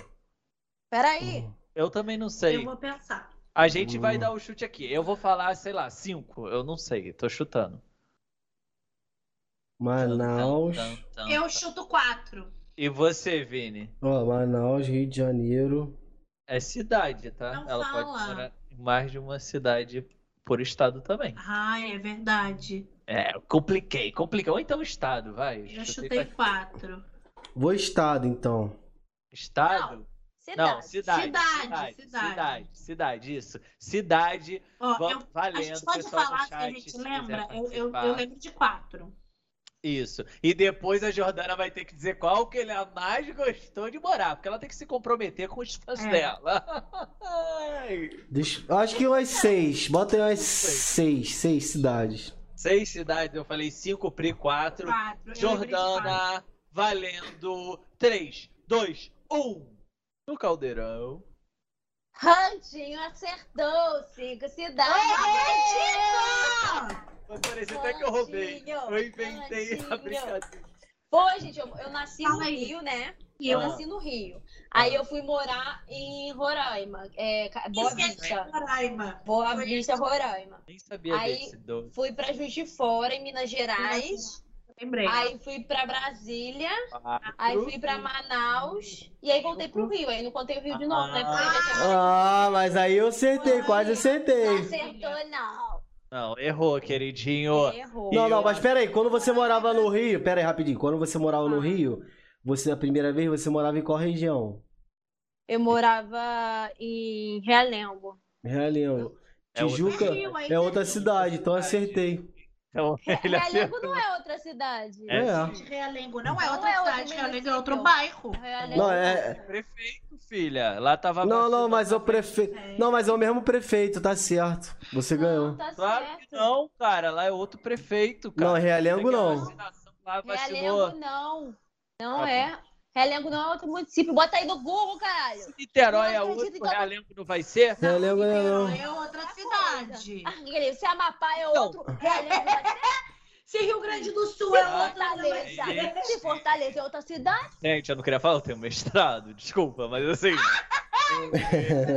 S4: Peraí.
S3: Eu também não sei.
S1: Eu vou pensar.
S3: A gente vai
S2: Hum.
S3: dar o chute aqui. Eu vou falar, sei lá, cinco. Eu não sei, tô chutando.
S2: Ah, Manaus.
S3: Tan, tan, tan,
S5: Eu
S1: um
S3: tan.
S5: chuto quatro.
S3: E você, Vini?
S2: Ó, Manaus, Rio de Janeiro.
S3: É cidade, tá?
S5: Não
S3: Ela
S5: fala.
S3: pode morar em mais de uma cidade por estado também.
S5: Ai, é verdade.
S3: É, compliquei, compliquei. Ou então estado, vai.
S5: Eu
S3: Chutei
S5: chutei
S3: pra-
S5: quatro.
S2: Vou estado, então.
S3: Estado?
S4: Cidade.
S3: Não, cidade.
S5: Cidade,
S3: Cidade,
S5: cidade.
S3: cidade, cidade, isso. Cidade,
S5: Ó,
S3: Va-
S5: eu-
S3: valendo,
S5: a gente pode
S3: pessoal do
S5: falar se
S3: chat,
S5: a gente
S3: se
S5: lembra?
S3: quiser
S5: Eu, eu- eu
S3: participar.
S5: lembro de quatro.
S3: Isso. E depois a Jordana vai ter que dizer qual que ela mais gostou de morar, porque ela tem que se comprometer com os fãs
S5: É.
S3: dela. Ai.
S2: Deixa- Acho que umas seis. Bota aí umas seis. Seis cidades.
S3: Seis cidades, eu falei cinco, Pri, quatro.
S5: Quatro. Ah, eu lembrei de quatro.
S3: Jordana, valendo. Três, dois, um. No caldeirão.
S4: Rantinho acertou cinco cidades.
S3: Mas parecia até é que eu roubei.
S4: Bandinho,
S3: Eu inventei a
S4: bandinho.
S3: brincadeira.
S4: Pô, gente, eu, eu nasci
S5: Fala
S4: no
S5: aí.
S4: Rio, né?
S5: E
S3: eu-
S4: Eu nasci no Rio. Aí eu fui morar em Roraima. É, Ca- Boa Vista.
S1: Roraima.
S4: Boa Vista, Roraima.
S3: Nem sabia
S4: Aí-
S3: desse doido.
S4: Fui pra Juiz de Fora, em Minas Gerais.
S5: Lembrei.
S4: Aí fui pra Brasília.
S3: Quatro.
S4: Aí fui pra Manaus. E aí voltei pro Rio. Aí não contei o Rio de novo, né? Porque eu já tinha...
S2: Ah, mas aí eu acertei, quase
S3: Ah,
S4: Não
S2: acertei.
S4: acertou, não.
S3: Não, errou, queridinho.
S5: É.
S4: Errou.
S2: Não, não, mas peraí, quando você morava no Rio, peraí rapidinho, quando você morava no Rio, você a primeira vez você morava em qual região?
S4: Eu morava em Realengo.
S2: Realengo.
S3: É outra
S2: Tijuca
S3: cidade.
S2: é outra cidade, então acertei.
S3: Então, ele
S4: Realengo
S3: acertou.
S4: não é outra cidade.
S3: É.
S5: Gente, Realengo não é
S4: Não
S5: outra
S4: é outra
S5: cidade, Realengo é
S4: município.
S5: outro bairro.
S4: Realengo
S2: Não, é.
S3: Prefeito, filha. Lá tava
S2: Não, não,
S3: vacilando.
S2: mas é o prefeito. Não, mas é o mesmo prefeito, tá certo. Você ganhou.
S4: Não, tá
S3: Claro
S4: certo.
S3: que não, cara. Lá é outro prefeito, cara.
S2: Não, Realengo
S3: Aquela
S2: não.
S3: vacinação Lá
S4: Realengo
S3: vacilou.
S4: não. Não
S3: Tá bom.
S4: é. Realengo não é outro município. Bota aí no Google, caralho.
S3: Se Niterói
S4: Eu
S3: é
S4: não acredito,
S3: outro,
S4: então-
S3: Realengo não vai ser?
S2: Realengo não.
S5: Niterói é outra cidade.
S4: Ah, querido, se Amapá é
S3: Não.
S4: outro. Realengo é vai ser
S1: Se Rio Grande do Sul é
S3: Ah, tá.
S1: outra
S4: Fortaleza. Se Fortaleza é outra cidade,
S3: Gente, eu não queria falar, eu tenho mestrado. Desculpa, mas assim.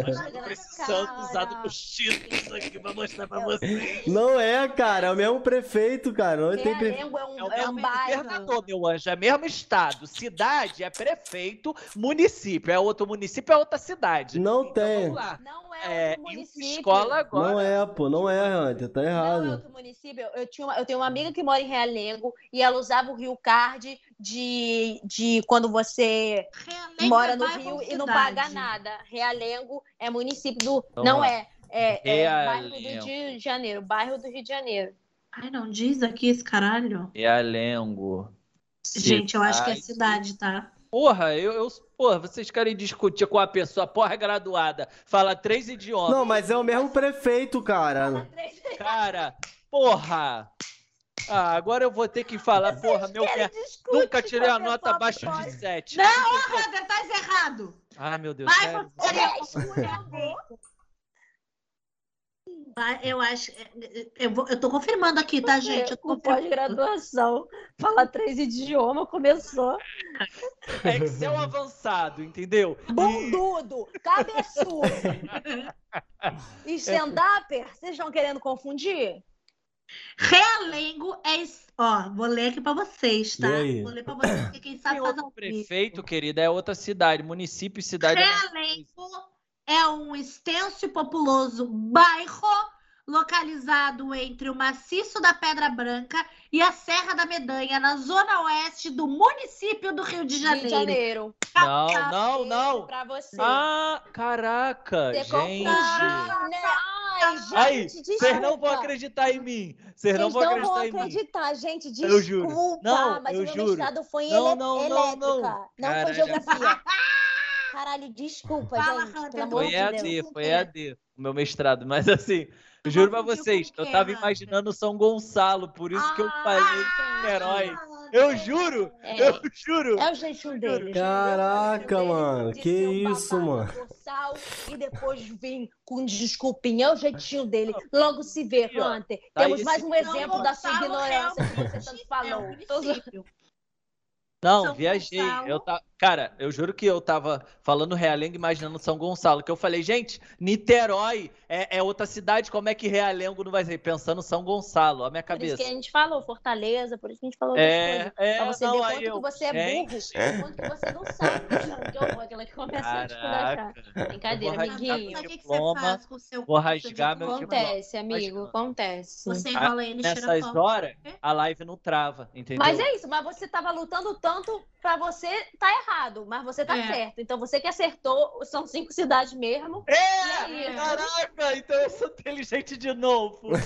S3: Mas eu tô precisando usar do meu títulos aqui pra mostrar pra vocês.
S2: Não é, cara, é o mesmo prefeito, cara. Não tem pre-
S4: Realengo é um,
S3: É o
S4: é um
S3: mesmo
S4: bairro.
S3: governador, meu anjo. É mesmo estado. Cidade é prefeito, município. É outro município, é outra cidade.
S2: Não
S3: Então,
S2: tem.
S3: Vamos lá.
S4: Não é
S3: É,
S4: outro
S3: e
S4: município.
S3: escola agora.
S2: Não é, pô, não é, Hunter, tá
S4: Não é
S2: errado.
S4: outro município. Eu, eu tinha uma- eu tenho uma amiga que mora em Realengo e ela usava o Rio Card de, de quando você
S5: Realengo
S4: mora
S5: é
S4: no
S5: bairro
S4: Rio
S5: ou
S4: e não
S5: cidade?
S4: paga nada. Realengo é município do.
S3: Então,
S4: não
S3: ó,
S4: é. É, é bairro do
S3: Realengo.
S4: Rio de Janeiro. Bairro do Rio de Janeiro.
S5: Ai, não diz aqui esse caralho.
S3: Realengo.
S5: Gente, eu acho que é
S3: Cidade.
S5: cidade, tá?
S3: Porra, eu, eu- Porra, vocês querem discutir com a pessoa porra graduada, fala três idiomas.
S2: Não, mas é o mesmo prefeito, cara.
S3: Cara, porra! Ah, agora eu vou ter que falar, porra, meu pé. Nunca tirei a nota abaixo de sete.
S5: Não, Hunter, tá errado.
S3: Ah, meu Deus.
S5: Vai,
S3: sério?
S5: Vai, Eu acho. é, Eu, vou- eu tô confirmando aqui, tá, gente? Eu tô
S4: Com
S5: confirmando.
S4: pós-graduação, falar três idiomas, começou.
S3: É Excel avançado, entendeu?
S4: Bundudo, cabeçudo. Stand-upper, vocês estão querendo confundir?
S5: Realengo é. es- Ó, vou ler aqui pra vocês, tá?
S2: E aí?
S5: Vou ler pra vocês, porque quem sabe faz
S3: Tem
S5: assim.
S3: outro
S5: ao vivo.
S3: prefeito, querida, é outra cidade, município e cidade.
S5: Realengo é um extenso e populoso bairro localizado entre o maciço da Pedra Branca e a Serra da Medanha, na zona oeste do município do Rio de
S4: Rio
S5: Janeiro.
S4: de Janeiro.
S3: Não, não, não.
S4: Pra você.
S3: Ah, caraca,
S4: Você
S3: gente.
S4: confundiu. Ai, gente,
S3: Aí,
S4: desculpa.
S3: Vocês não vão acreditar em mim. Vocês não vão acreditar em mim.
S4: acreditar, gente. Desculpa,
S3: Eu juro. Não,
S4: mas
S3: eu
S4: o meu
S3: juro.
S4: mestrado foi em
S3: Não,
S4: ele-
S3: não, não,
S4: elétrica.
S3: não.
S4: Não,
S3: Caralho.
S4: foi geografia. Caralho, desculpa,
S5: Fala,
S4: gente.
S5: Hunter,
S4: Pelo amor
S3: Foi
S4: de Deus. é.
S3: EAD, foi EAD, o meu mestrado. Mas assim, eu juro pra
S5: confundiu
S3: vocês,
S5: com
S3: eu
S5: quem,
S3: tava
S5: Ana?
S3: imaginando São Gonçalo, por isso que um eu falei
S4: Ah,
S3: Niterói. Eu juro,
S4: É,
S3: eu juro.
S4: é o jeitinho dele.
S2: Caraca,
S4: Dele
S2: mano,
S4: de
S2: que
S4: ser um
S2: isso,
S4: babado
S2: mano.
S4: boçal E depois vim com desculpinha. É o jeitinho dele. Logo se vê,
S3: Aí, ó.
S4: Hunter.
S3: Tá
S4: Temos
S3: aí
S4: mais um exemplo da sua
S5: Gonçalo
S4: ignorância que você tanto
S5: É
S4: falou.
S5: um município.
S3: Não,
S5: São
S3: viajei.
S5: Gonçalo.
S3: Eu ta... Cara, eu juro que eu tava falando Realengo imaginando São Gonçalo. Que eu falei, gente, Niterói é, é outra cidade, como é que Realengo não vai ser? Pensando São Gonçalo, ó a minha
S4: Por isso
S3: cabeça.
S4: que é a gente falou Fortaleza, por isso que a gente falou outras
S3: É,
S4: coisas.
S3: é,
S4: Pra você
S3: não,
S4: ver
S3: aí
S4: quanto que
S3: eu-
S4: você é burro, quanto que você não sabe. Que horror, aquela que começa a te
S3: Caraca.
S4: Brincadeira,
S3: Vou rasgar
S4: amiguinho.
S3: meu
S5: Sabe o que que você
S3: diploma,
S5: faz com o seu
S3: Vou
S5: curso de
S3: rasgar meu
S5: diploma?
S3: diploma.
S4: Acontece, amigo,
S3: Mas-
S4: acontece.
S5: Você enrola ele e cheira
S3: Nessas
S5: pó.
S3: horas, a live não trava, entendeu?
S4: Mas é isso, mas você tava lutando tanto pra você tá errado, mas você tá
S5: É.
S4: certo. Então você que acertou, são cinco cidades mesmo. E
S3: É!
S4: aí?
S3: Caraca, então eu sou inteligente de novo.
S6: é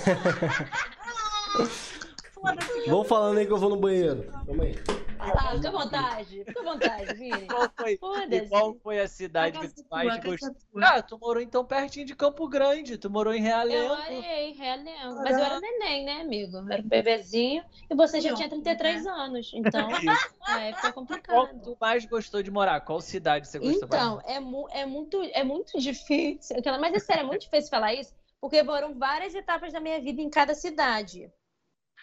S2: Vão falando aí que eu vou no banheiro. Calma aí.
S4: Tá, fica à vontade, fica à vontade, Vini.
S3: Qual foi, e
S4: Foda-se. é
S3: qual foi a cidade que tu mais
S5: Casa
S3: gostou?
S5: tua, casa
S3: Ah, tu morou então pertinho de Campo Grande, tu morou em
S4: Eu
S3: Realengo.
S4: olhei, relembro. Mas eu era neném, né, amigo? Eu era um bebezinho e você já
S5: Não,
S4: tinha 33
S3: né?
S4: anos. Então, é, fica
S3: Qual
S4: complicado.
S3: tu mais gostou de morar? Qual cidade você gostou
S4: Então, é, mu- é muito, é muito difícil. Aquela- Mas é sério, é muito difícil falar isso, porque foram várias etapas da minha vida em cada cidade.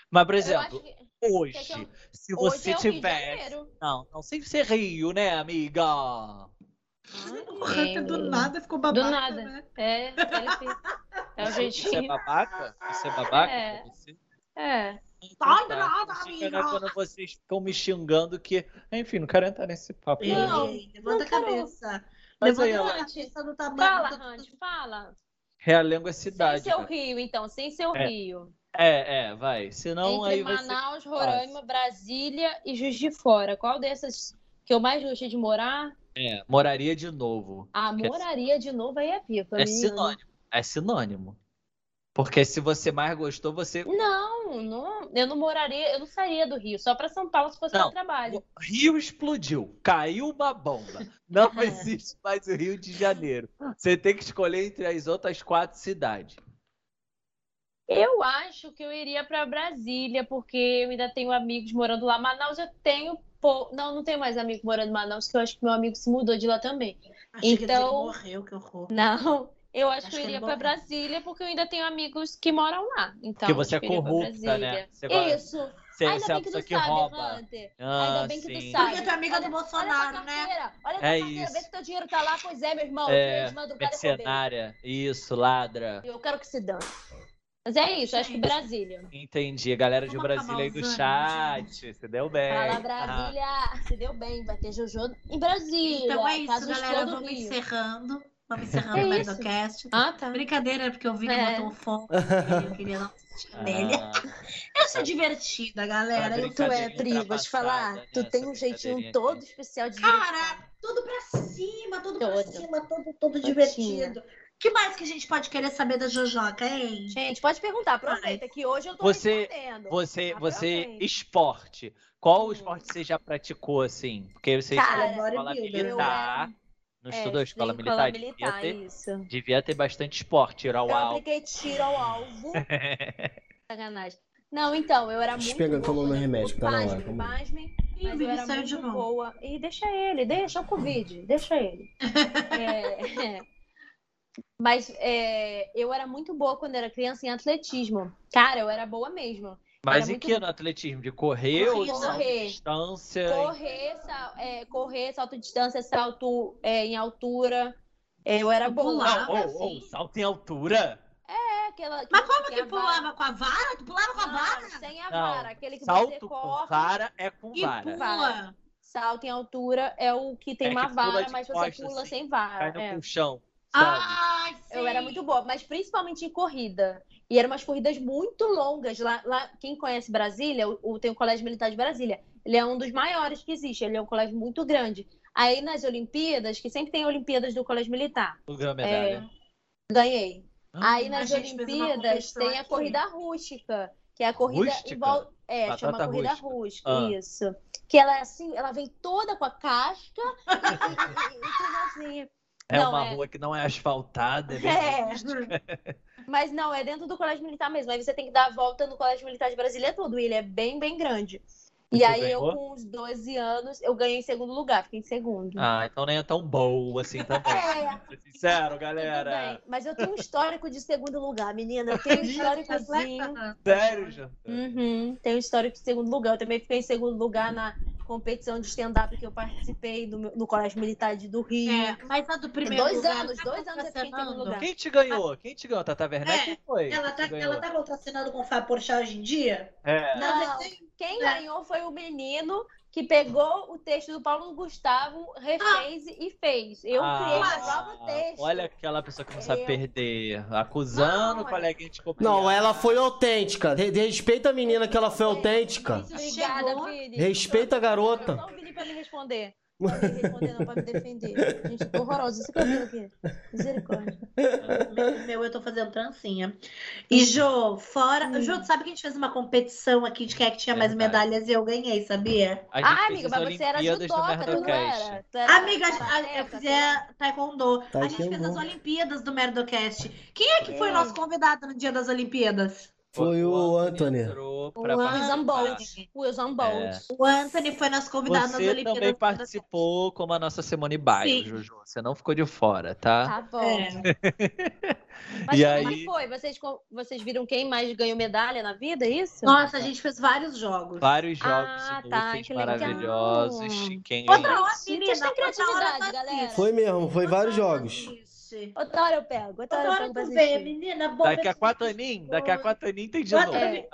S3: Mas, por
S4: Eu acho
S3: exemplo,
S4: que
S3: hoje,
S4: que é que
S3: se
S4: hoje
S3: você
S4: é o Rio de
S3: tivesse.
S4: Janeiro.
S3: Não, não sei se é Rio, né, amiga? Uhum.
S5: tua. O Hunter do nada ficou né? babado.
S4: Do nada. É, ele fica. É o
S3: Isso é
S4: jeitinho.
S3: babaca? Isso é babaca?
S4: É.
S3: pra você?
S4: É.
S5: Sai do nada,
S3: Não sei
S5: tá, amiga.
S3: Quando vocês ficam me xingando que... Enfim, não quero entrar nesse papo.
S5: Ei,
S3: né?
S4: Não,
S5: ei, levanta
S4: não
S5: a
S4: quero.
S5: cabeça.
S3: Mas aí,
S5: levanta
S3: ó,
S5: a cabeça do tamanho.
S4: Fala,
S5: do-
S4: Randy, fala.
S3: Realengo é
S4: Sem
S3: cidade.
S4: seu
S3: cara.
S4: Rio, então, sem seu
S3: É.
S4: Rio.
S3: É, é, vai. Senão
S4: Entre
S3: aí vai ser...
S4: Manaus, Roraima, Brasília e Juiz de Fora. Qual dessas que eu mais gostei de morar?
S3: É, moraria de novo.
S4: A
S3: Que é-
S4: moraria de novo aí é pica.
S3: É
S4: menino.
S3: sinônimo. É sinônimo. Porque se você mais gostou, você.
S4: Não, não, eu não moraria, eu não sairia do Rio, só pra São Paulo se fosse
S3: Não.
S4: pra trabalho.
S3: O Rio explodiu, caiu uma bomba. Não existe mais o Rio de Janeiro. Você tem que escolher entre as outras quatro cidades.
S4: Tá, Eu acho que eu iria pra Brasília, porque eu ainda tenho amigos morando lá. Manaus eu tenho pou... não, não tenho mais amigo morando em Manaus, que eu acho que meu amigo se mudou de lá também.
S5: Achei que ele
S4: Então-
S5: morreu, que horror.
S4: Não, eu acho,
S5: Acho
S4: que eu
S5: que
S4: iria
S5: ele
S4: pra
S5: morreu.
S4: Brasília, porque eu ainda tenho amigos que moram lá. Então,
S3: Porque você é
S4: acho que eu iria pra
S3: corrupta, né?
S4: Brasília.
S3: Você gosta-
S4: Isso.
S3: Você,
S4: Ainda
S3: você é a
S4: bem que
S3: pessoa
S4: tu
S3: que
S4: sabe,
S3: rouba.
S4: Hunter.
S3: Ah,
S4: Ainda bem que tu
S3: sim.
S4: sabe.
S5: Porque tu é amiga do
S4: Olha-
S5: Bolsonaro,
S4: olha tua
S5: né?
S4: carteira, Olha tua
S3: É
S4: carteira,
S3: isso.
S4: vê se teu dinheiro tá lá. Pois é, meu irmão.
S3: É,
S4: Três madrugadas roubei.
S3: Mercenária. Isso, ladra.
S4: um Eu quero que se dane. Mas é isso, acho que Brasília.
S3: Entendi. Galera de
S5: Vamos
S3: Brasília
S5: acabar
S3: aí do
S5: os
S3: chat. Você deu bem.
S4: Fala,
S3: Ah.
S4: Brasília. Se deu bem, vai ter Jojo em Brasília.
S5: Então é isso,
S4: Caso
S5: galera.
S4: Estou do
S5: Vamos
S4: Rio.
S5: encerrando. Vamos encerrando
S4: É
S5: o
S4: isso.
S5: Merdocast.
S4: Ah, tá.
S5: Brincadeira, é porque o Vini
S4: É.
S5: botou um fone e eu queria não
S3: Ah.
S5: assistir nele. Eu sou divertida, galera. Eu
S4: Tu
S5: tô...
S4: é
S3: Brincadeirinha
S4: tri, vou te
S3: ultrapassada,
S4: falar.
S3: né,
S4: Tu tem
S3: essa
S4: um jeitinho
S3: brincadeirinha
S4: todo
S3: aqui.
S4: especial de
S5: Cara, tudo pra cima, tudo pra
S4: Todo.
S5: cima, tudo, tudo
S4: Totinha.
S5: divertido. O que mais que a gente pode querer saber da Jojoca, hein?
S4: Gente, pode perguntar. Aproveita que hoje eu tô
S3: Você-
S4: respondendo.
S3: Você,
S4: Tá
S3: você
S4: bem.
S3: esporte. Qual
S4: Hum.
S3: esporte você já praticou assim? Porque você
S4: Cara,
S3: estudou na escola
S5: bodybuilder.
S3: militar. Não estudou
S4: É,
S3: a escola
S4: sim,
S3: militar?
S4: militar,
S3: devia, ter,
S4: isso.
S3: devia ter bastante esporte, ir ao
S4: Eu
S3: alto.
S4: apliquei tiro É um ao alvo. Sacanagem. Não, então, eu era
S2: Deixa eu
S4: muito
S2: pegar-
S4: boa.
S2: tomar meu
S4: né?
S2: remédio, que tá na hora,
S4: Pasme,
S2: calma aí.
S4: pasme,
S5: Ih,
S4: mas
S5: o
S4: eu
S5: Vini
S4: era
S5: saiu de
S4: muito
S5: novo.
S4: boa. E deixa ele, deixa o Covid, deixa ele. É, é. Mas é, eu era muito boa quando era criança em atletismo. Cara, eu era boa mesmo.
S3: Mas
S4: era
S3: em
S4: muito-
S3: que no atletismo? De correr ou de
S5: Correr.
S3: salto de distância?
S4: Correr, sal- é, correr salto de distância, salto é, em altura. É, eu era boa.
S3: Não, ou, ou,
S4: assim.
S3: salto em altura?
S4: É aquela,
S5: Mas como
S4: que
S5: que
S4: a vara-
S5: pulava com a vara? Tu pulava com a vara?
S4: Não, sem a
S3: Não,
S4: vara, Ah, aquele que você
S3: Salto com
S4: corre.
S3: vara é com
S5: E
S3: vara.
S5: pula.
S4: Salto em altura é o que tem
S3: É que
S4: uma
S3: pula
S4: vara,
S3: de
S4: mas você
S3: costas,
S4: pula
S3: assim,
S4: sem
S3: Cai
S4: vara.
S3: no
S4: é.
S3: colchão. sabe?
S5: Ai, sim.
S4: Eu era muito boa, mas principalmente em corrida. E eram umas corridas muito longas. Lá, lá- quem conhece Brasília, o, o- tem o Colégio Militar de Brasília. Ele é um dos maiores que existe. Ele é um colégio muito grande. Aí nas Olimpíadas, que sempre tem Olimpíadas do Colégio Militar,
S3: O grão medalha.
S4: ganhei.
S3: Ah,
S4: Aí nas
S1: a gente fez uma
S4: Olimpíadas
S1: competição
S4: tem a
S1: aqui.
S4: corrida rústica, que é a corrida
S3: Rústica?
S4: em vol- É,
S3: Batata
S4: chama corrida
S3: rústica.
S4: rústica,
S3: Ah.
S4: isso. Que ela é assim, ela vem toda com a casca e, e, e tudo assim.
S3: é
S4: não,
S3: uma
S4: é.
S3: rua que não é asfaltada, é bem
S4: É. Mas não, é dentro do colégio militar mesmo. Aí você tem que dar a volta no colégio militar de Brasília todo. E ele é bem, bem grande. E
S3: Você
S4: aí eu,
S3: ganhou?
S4: com uns 12 anos, eu ganhei em segundo lugar, fiquei em segundo.
S3: Ah, então nem é tão boa assim também.
S4: É.
S3: Pra ser sincero,
S4: Tudo
S3: galera.
S4: bem. Mas eu tenho um histórico de segundo lugar, menina. Eu tenho um históricozinho.
S3: Uhum. Sério, gente.
S4: Uhum, tem um histórico de segundo lugar. Eu também fiquei em segundo lugar na competição de stand-up que eu participei do meu- no Colégio Militar de- do Rio.
S5: É, mas a do primeiro
S4: Dois
S5: lugar
S4: anos,
S5: tá
S4: dois anos eu fiquei em segundo
S5: contracenando.
S4: lugar.
S3: Quem te ganhou? Quem te ganhou? Tata Werneck?
S1: É,
S3: Quem foi?
S1: Ela
S3: que
S1: tá,
S3: te ganhou?
S1: ela tá contracenando com o Fábio Porchat hoje em dia?
S3: É.
S1: Não,
S4: Não, quem ganhou foi o menino que pegou o texto do Paulo Gustavo, refez e fez. Eu criei
S3: Ah,
S4: o próprio texto.
S3: Olha aquela pessoa que não sabe
S4: Eu-
S3: perder, acusando
S4: Não,
S3: o coleguinha de copiar.
S6: Não, ela foi autêntica. Re- Respeita a menina que ela foi autêntica.
S4: É, Obrigada,
S5: Chegou.
S4: Vini.
S6: Respeita a garota.
S4: Só o Vini pra me responder. Não pra me responder, não, pra me defender. Gente, eu tô horrorosa. Isso que eu vi aqui. Misericórdia.
S1: meu, meu, eu tô fazendo trancinha. E, Jô, fora. Jô, tu sabe que a gente fez uma competição aqui de quem é que tinha mais
S3: Verdade.
S1: medalhas e eu ganhei, sabia?
S3: A gente
S4: Ah,
S3: fez
S4: amiga,
S3: as
S4: mas você era
S3: Olimpíadas do
S4: judoca, tu não
S3: Nerdocast.
S4: era? Tu era
S1: Amiga, a- eu
S4: karateka,
S1: fazia taekwondo. A gente fez
S6: Taekwondo.
S1: as Olimpíadas do Merdocast. Quem é que foi
S3: Hum.
S4: É.
S1: nosso convidado no dia das Olimpíadas?
S6: Foi o Anthony.
S3: entrou
S4: O
S3: pra
S4: Anthony
S3: participar.
S4: Zambolt. O Wilson Bolt.
S3: É.
S1: O Anthony foi nosso convidado nas
S3: Você
S1: Olimpíadas.
S3: também
S1: do Merdocast.
S3: participou como a nossa Simone Baio,
S1: Sim.
S3: Juju. Você não ficou de fora, tá?
S4: Tá bom.
S1: É.
S4: Mas
S3: E
S4: como é
S3: aí-
S4: que foi? Vocês, co- vocês viram quem mais ganhou medalha na vida, é isso?
S1: Nossa, a gente fez vários jogos.
S3: Vários jogos
S4: Ah, tá,
S3: inúteis,
S4: que legal.
S3: maravilhosos. Quem
S1: Outra hora,
S4: Vocês
S1: menina.
S4: têm
S1: outra hora
S4: criatividade,
S1: tu assiste.
S4: galera.
S6: Foi mesmo, foi vários jogos.
S1: Assiste.
S4: Outra hora eu pego. Outra hora
S1: Outra
S4: eu
S1: hora
S4: pego pra
S1: tu vê,
S4: assistir.
S1: menina. Bom,
S3: Daqui a
S1: mas-
S3: quatro aninhos, daqui a quatro aninhos tem de
S1: Quatro
S3: novo.
S1: aninhos.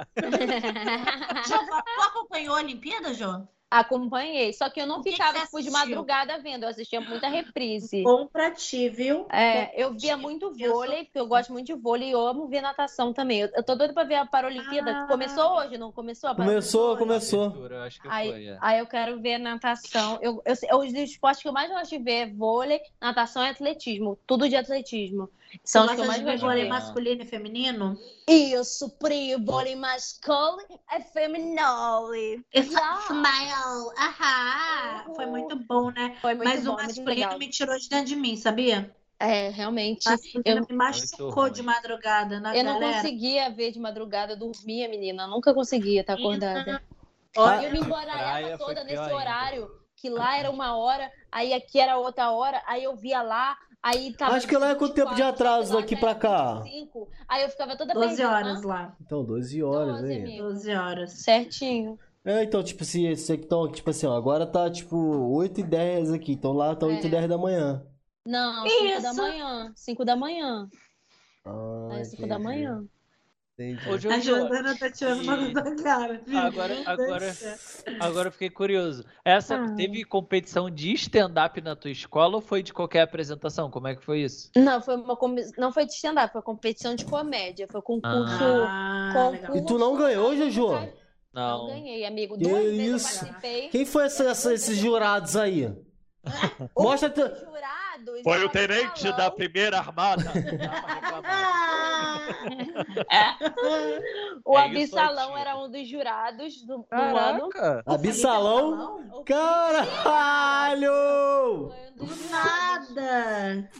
S5: Jô, tu acompanhou a Olimpíada, Jô?
S4: Acompanhei. Só que eu não
S5: O que que
S4: ficava
S5: você
S4: tipo, de
S5: assistiu?
S4: madrugada vendo. Eu assistia muita reprise.
S1: Bom pra ti, viu?
S4: É, eu via muito
S1: Eu sou-
S4: vôlei, porque eu gosto muito de vôlei e eu amo ver natação também. Eu, eu tô doida pra ver a Paralimpíada.
S1: Ah.
S4: Começou hoje, não começou a Paralimpíada?
S6: Começou, começou.
S3: Abertura, eu acho que
S4: Ai,
S3: foi, é.
S4: Aí eu quero ver natação. Eu, eu, eu- os esportes que eu mais gosto de ver é vôlei, natação e atletismo. Tudo de atletismo. São
S1: São
S4: os que eu mais
S1: de ver
S4: gosto de
S1: vôlei
S4: ver.
S1: masculino e feminino?
S4: Isso, Pri, vôlei masculino é feminole.
S5: Esse
S4: Já.
S5: smile, aham.
S1: Foi muito bom, né?
S4: Foi muito
S1: Mas
S4: bom, é
S1: o
S4: muito
S1: masculino
S4: legal.
S1: me tirou de dentro de mim, sabia?
S4: É, realmente.
S1: O masculino
S4: eu-
S1: me machucou
S3: ruim.
S1: de madrugada, né,
S4: Eu não
S1: galera?
S4: conseguia ver de madrugada, eu dormia, menina. Eu nunca conseguia estar acordada.
S1: Olha,
S4: eu me
S3: Uhum. praia foi
S4: embaralhava toda
S3: pior
S4: nesse
S3: ainda.
S4: horário, que lá era uma hora, aí aqui era outra hora, aí eu via lá, aí tava.
S6: Acho que lá é com o tempo de
S4: 24,
S6: atraso
S4: sei lá,
S6: daqui
S4: já
S6: pra
S4: era
S6: cá.
S4: 25, aí eu ficava toda
S1: 12
S4: perdida.
S1: horas
S4: Hã?
S1: lá.
S6: Então, 12 horas
S4: 12,
S6: aí.
S4: amigo.
S1: 12 horas.
S4: Certinho.
S6: É, então, tipo, se esse aqui tão, tipo assim, ó, agora tá tipo 8 e 10 aqui, então lá tá 8 e
S4: É.
S6: 10 da manhã.
S4: Não, 5 da
S1: Isso.
S4: manhã. 5 da manhã.
S6: Ah,
S4: É 5 da
S6: entendi,
S4: manhã.
S6: entendi.
S3: Ô, Jojo,
S1: A Jordana tá tirando uma
S3: E-
S1: da cara. viu?
S3: Agora-
S1: Meu Deus
S3: agora-
S1: do céu.
S3: agora eu fiquei curioso. Essa
S4: Ah.
S3: teve competição de stand-up na tua escola ou foi de qualquer apresentação? Como é que foi isso?
S4: Não, foi uma comi- não foi de stand-up, foi competição de comédia. Foi concurso.
S1: Ah, legal.
S4: concurso
S6: E tu não ganhou, Jojo?
S4: Não
S3: Não.
S4: ganhei, amigo.
S6: Que
S4: Duas vezes
S6: isso?
S4: eu participei.
S6: Quem foi essa- essa- esses jurados aí?
S4: Os
S6: Mostra teu-
S4: jurados
S7: Foi o
S4: eram
S7: tenente
S4: salão.
S7: da primeira armada.
S3: é É,
S4: O
S3: isso aí,
S4: Abissalão
S3: tio.
S4: era um dos jurados do, do
S3: é,
S4: ano.
S3: Caraca!
S6: Abissalão?
S4: O
S6: Caralho!
S4: Foi um dos jurados.
S1: Nada.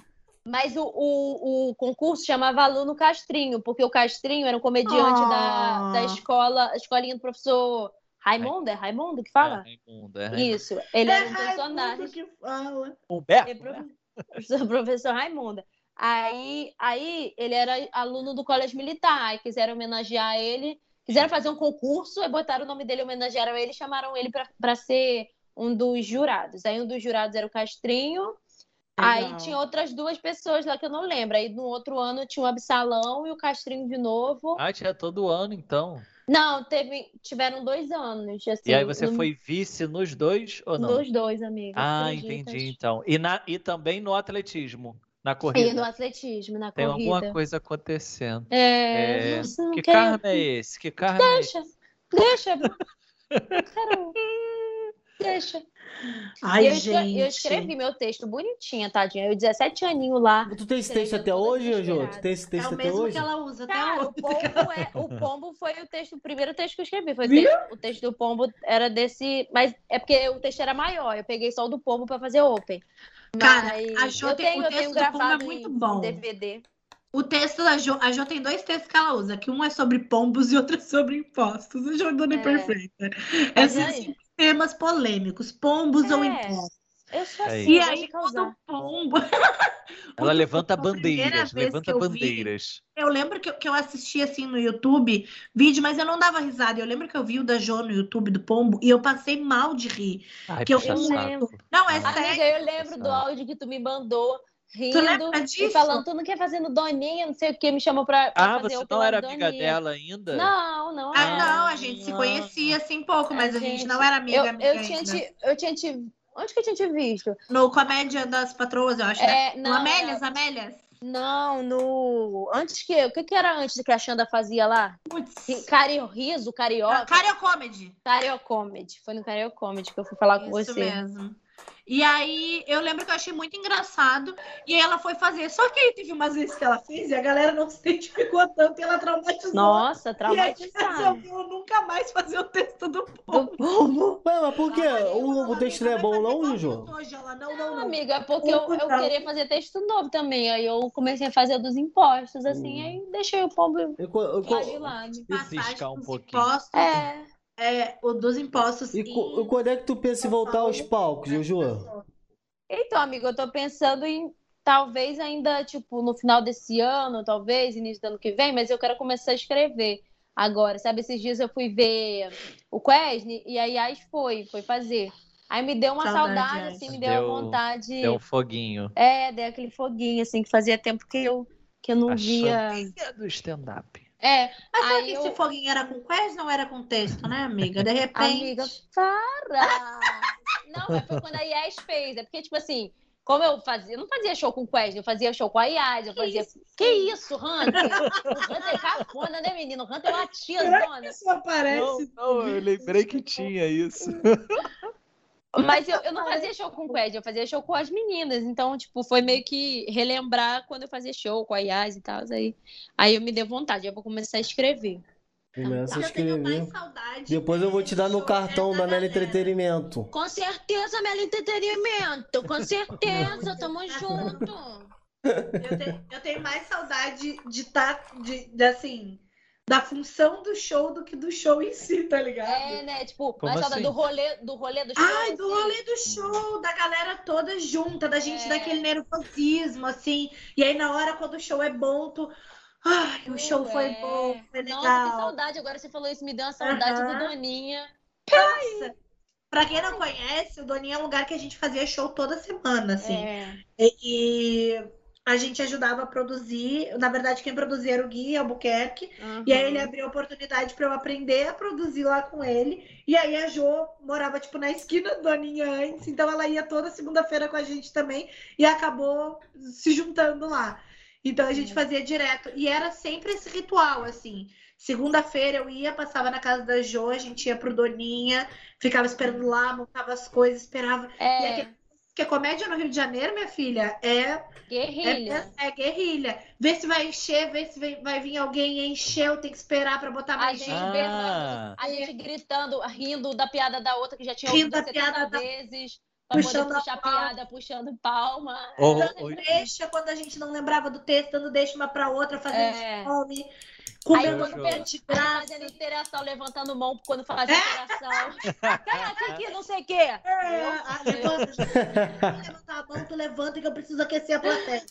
S4: Mas o, o, o concurso chamava Aluno Castrinho, porque o Castrinho era um comediante
S1: Ah.
S4: da, da escola, a escolinha do professor Raimundo, é Raimundo que fala?
S3: É, Raimundo, é Raimundo.
S4: Isso, ele era um
S1: Raimundo
S4: personagem.
S1: que fala.
S4: É
S3: Humberto, né?
S4: prof- professor, professor Raimundo. Aí, aí ele era aluno do colégio militar, aí quiseram homenagear ele, quiseram fazer um concurso, aí botaram o nome dele, homenagearam ele, chamaram ele para ser um dos jurados. Aí um dos jurados era o Castrinho, aí
S1: Legal.
S4: tinha outras duas pessoas lá que eu não lembro. Aí no outro ano tinha o Absalão e o Castrinho de novo.
S3: Ah, tinha todo ano, então.
S4: Não, teve, tiveram dois anos. Assim,
S3: E aí você
S4: no-
S3: foi vice nos dois ou não?
S4: Nos dois, amigo.
S3: Ah,
S4: acredita?
S3: entendi então. E, na, e também no atletismo. na
S4: E no
S3: corrida.
S4: atletismo, na
S3: Tem alguma
S4: corrida.
S3: coisa acontecendo.
S4: É,
S3: É,
S4: isso não
S3: Que
S4: quero-
S3: carro é esse? Que carro é esse?
S4: Deixa, deixa. Carol, deixa.
S8: Ai,
S4: eu, escre-
S8: gente.
S4: eu escrevi meu texto bonitinha, tadinha. Eu, 17 aninho lá.
S2: Tu tem esse
S4: Escreveu
S2: texto até
S4: toda
S2: hoje, Jô?
S4: desesperada.
S2: Tu tem esse
S1: É
S2: texto
S1: o
S2: até
S1: mesmo
S2: hoje?
S1: que ela usa até
S4: Cara, Tá, o
S1: hoje.
S4: pombo, é- o pombo foi o texto, o primeiro texto que eu escrevi. Foi o
S8: Viu?
S4: texto, o texto do pombo era desse. Mas é porque o texto era maior. Eu peguei só o do pombo pra fazer open.
S1: Cara,
S4: Mas
S1: a Jo
S4: eu
S1: tem-
S4: tenho,
S1: o
S4: eu
S1: texto
S4: tenho
S1: do pombo é
S4: gravado
S1: muito
S4: em-
S1: bom.
S4: em DVD.
S1: O texto da Jo, a Jo tem dois textos que ela usa, que um é sobre pombos e outro é sobre impostos. A Jo dona
S4: É.
S1: perfeita.
S4: Mas
S1: Esses
S4: aí,
S1: temas polêmicos, pombos ou
S4: É.
S1: impostos.
S4: eu sou
S3: Aí.
S4: assim,
S1: E
S4: eu gosto
S1: aí,
S4: de
S1: quando
S4: causar.
S1: o pombo.
S3: Ela levanta
S1: a primeira vez
S3: bandeiras,
S1: que
S3: levanta
S1: eu vi-
S3: bandeiras.
S1: Eu lembro que, eu- que eu assisti assim no YouTube vídeo, mas eu não dava risada. Eu lembro que eu vi o da Jo no YouTube do pombo e eu passei mal de rir.
S3: Ai,
S1: que eu-
S3: puxa
S4: eu
S3: saco.
S4: lembro.
S1: Não, é
S3: Ah.
S1: sério.
S4: Amiga, eu lembro do áudio que tu me mandou, rindo
S1: lembra
S4: e
S1: disso?
S4: falando, tu não quer fazer no Doninha, não sei o que, me chamou pra, pra
S3: Ah,
S4: fazer
S3: você
S4: open
S3: não
S4: lá
S3: era
S4: no
S3: amiga
S4: Doninha.
S3: dela ainda?
S4: Não, não
S1: Ah,
S4: era.
S1: não, a gente se conhecia assim pouco, mas a
S4: É. A
S1: gente,
S4: gente-
S1: não era amiga,
S4: Eu,
S1: amiga é né?
S4: eu, tinha
S1: ainda.
S4: te, eu tinha te... Onde que eu tinha te visto?
S1: No Comédia das Patroas, eu acho, né?
S4: É,
S1: No
S4: não,
S1: Amélias, Amélias.
S4: não, no... Antes que... O que que era antes que a Xanda fazia lá? Ri-
S1: Putz.
S4: Cario, riso, Carioca?
S1: Cario Ah, Comedy.
S4: Cario Comedy. Foi no Cario Comedy que eu fui falar com
S1: Isso
S4: você.
S1: mesmo. E aí, eu lembro que eu achei muito engraçado. E aí ela foi fazer. Só que aí teve umas vezes que ela fez e a galera não se identificou tanto e ela traumatizou.
S4: Nossa,
S1: e a gente
S4: traumatizado.
S1: resolveu nunca mais fazer o texto do
S4: Do
S1: povo.
S4: povo.
S2: Ué, mas por quê?
S1: Ela, eu,
S2: O, o
S1: ela
S2: texto não
S1: nunca
S2: é bom,
S1: vai fazer
S2: não,
S1: igual
S2: Jô?
S1: eu hoje. Ela, não, não,
S4: Não,
S1: não.
S4: amiga, é porque eu, eu
S1: Não.
S4: queria fazer texto novo também. Aí eu comecei a fazer dos impostos, assim,
S2: Hum.
S4: aí deixei o pombo
S2: E, co- e co-
S4: lá de lado.
S3: E ciscar um
S1: dos
S3: pouquinho.
S1: impostos,
S4: É,
S1: é, o dos impostos.
S2: e co- e quando é que tu pensa em voltar aos palcos, Jojo?
S4: então, amiga, eu tô pensando em talvez ainda, tipo, no final desse ano, talvez, início do ano que vem, mas eu quero começar a escrever agora, sabe? Esses dias eu fui ver o Quesne e aí Yas foi, foi fazer. Aí me deu uma
S1: Saudade,
S4: saudade,
S1: Yas.
S4: assim, me deu,
S3: Deu-
S4: vontade.
S3: Deu um foguinho.
S4: É, deu aquele foguinho, assim, que fazia tempo que eu, que eu não
S3: A
S4: via.
S3: champinha do stand-up.
S4: É,
S1: Mas será
S4: Aí
S1: que
S4: eu-
S1: esse foguinho era com quais não era com texto, né, amiga? De repente.
S4: Amiga, para! não, mas foi quando a Yes fez. É porque, tipo assim, como eu fazia, eu não fazia show com o Quest, eu fazia show com a Yas, eu fazia. que isso, Hunter? O Hunter é cafona, né, menino? O Hunter é latinadona.
S8: Isso
S1: É
S8: aparece.
S3: Não, não, eu lembrei que tinha isso.
S4: Mas eu, eu não fazia show com o Quest, eu fazia show com as meninas. Então, tipo, foi meio que relembrar quando eu fazia show com a Yas e tal. Aí, aí eu me dei vontade, eu vou começar a escrever.
S2: Começa a
S1: Eu tenho mais
S2: escrever.
S1: saudade.
S2: Depois eu vou te dar meu cartão da Nelly Entretenimento.
S4: Com certeza, Melo Entretenimento. Com certeza, tamo junto.
S1: Eu tenho, eu tenho mais saudade de estar, de, de, assim, da função do show do que do show em si, tá ligado?
S4: É, né? Tipo,
S3: Como
S4: mas
S3: assim?
S4: saudade do rolê do rolê do show.
S1: Ai, do
S4: assim.
S1: rolê do show, da galera toda junta, da gente
S4: É.
S1: daquele nervosismo, assim. E aí, na hora, quando o show é bom, tu. Ai, o show foi
S4: É.
S1: bom, foi legal.
S4: Nossa, que saudade. Agora você falou isso, me deu uma saudade
S1: Aham.
S4: do Doninha.
S1: Pra quem não conhece, o Doninha é um lugar que a gente fazia show toda semana, assim.
S4: É.
S1: E, e a gente ajudava a produzir. Na verdade, quem produzia era o Gui Albuquerque. E
S4: Uhum.
S1: aí né, ele abriu a oportunidade pra eu aprender a produzir lá com ele. E aí a Jo morava, tipo, na esquina do Aninha antes, então ela ia toda segunda-feira com a gente também e acabou se juntando lá. Então a gente fazia direto. E era sempre esse ritual, assim. Segunda-feira eu ia, passava na casa da Jo, a gente ia pro Doninha, ficava esperando lá, montava as coisas, esperava. E
S4: É,
S1: aquele- Porque comédia no Rio de Janeiro, minha filha, é
S4: guerrilha.
S1: é, é guerrilha. Vê se vai encher, vê se vai, vai vir alguém encher, eu tenho que esperar pra botar
S4: A
S1: mais
S4: gente,
S1: gente.
S3: Ah.
S4: berrando, a gente gritando, rindo da piada da outra que já tinha
S1: é, Rindo da
S4: ouvido 70
S1: piada da-
S4: vezes. Pra poder
S1: Puxando a
S4: puxar
S1: palma.
S4: piada, puxando palma.
S3: Ou,
S1: Dando deixa quando a gente não lembrava do texto, dando deixa uma pra outra, fazendo
S4: É.
S1: fome,
S4: Aí
S1: comendo
S4: quando
S1: um
S3: perde-
S1: pé de graça.
S4: Fazendo é interação, levantando mão quando fazia interação. Quem é essa aqui? Não sei o quê.
S1: É, ah, levanta, gente, levantar a mão, tu levanta que eu preciso aquecer a plateia.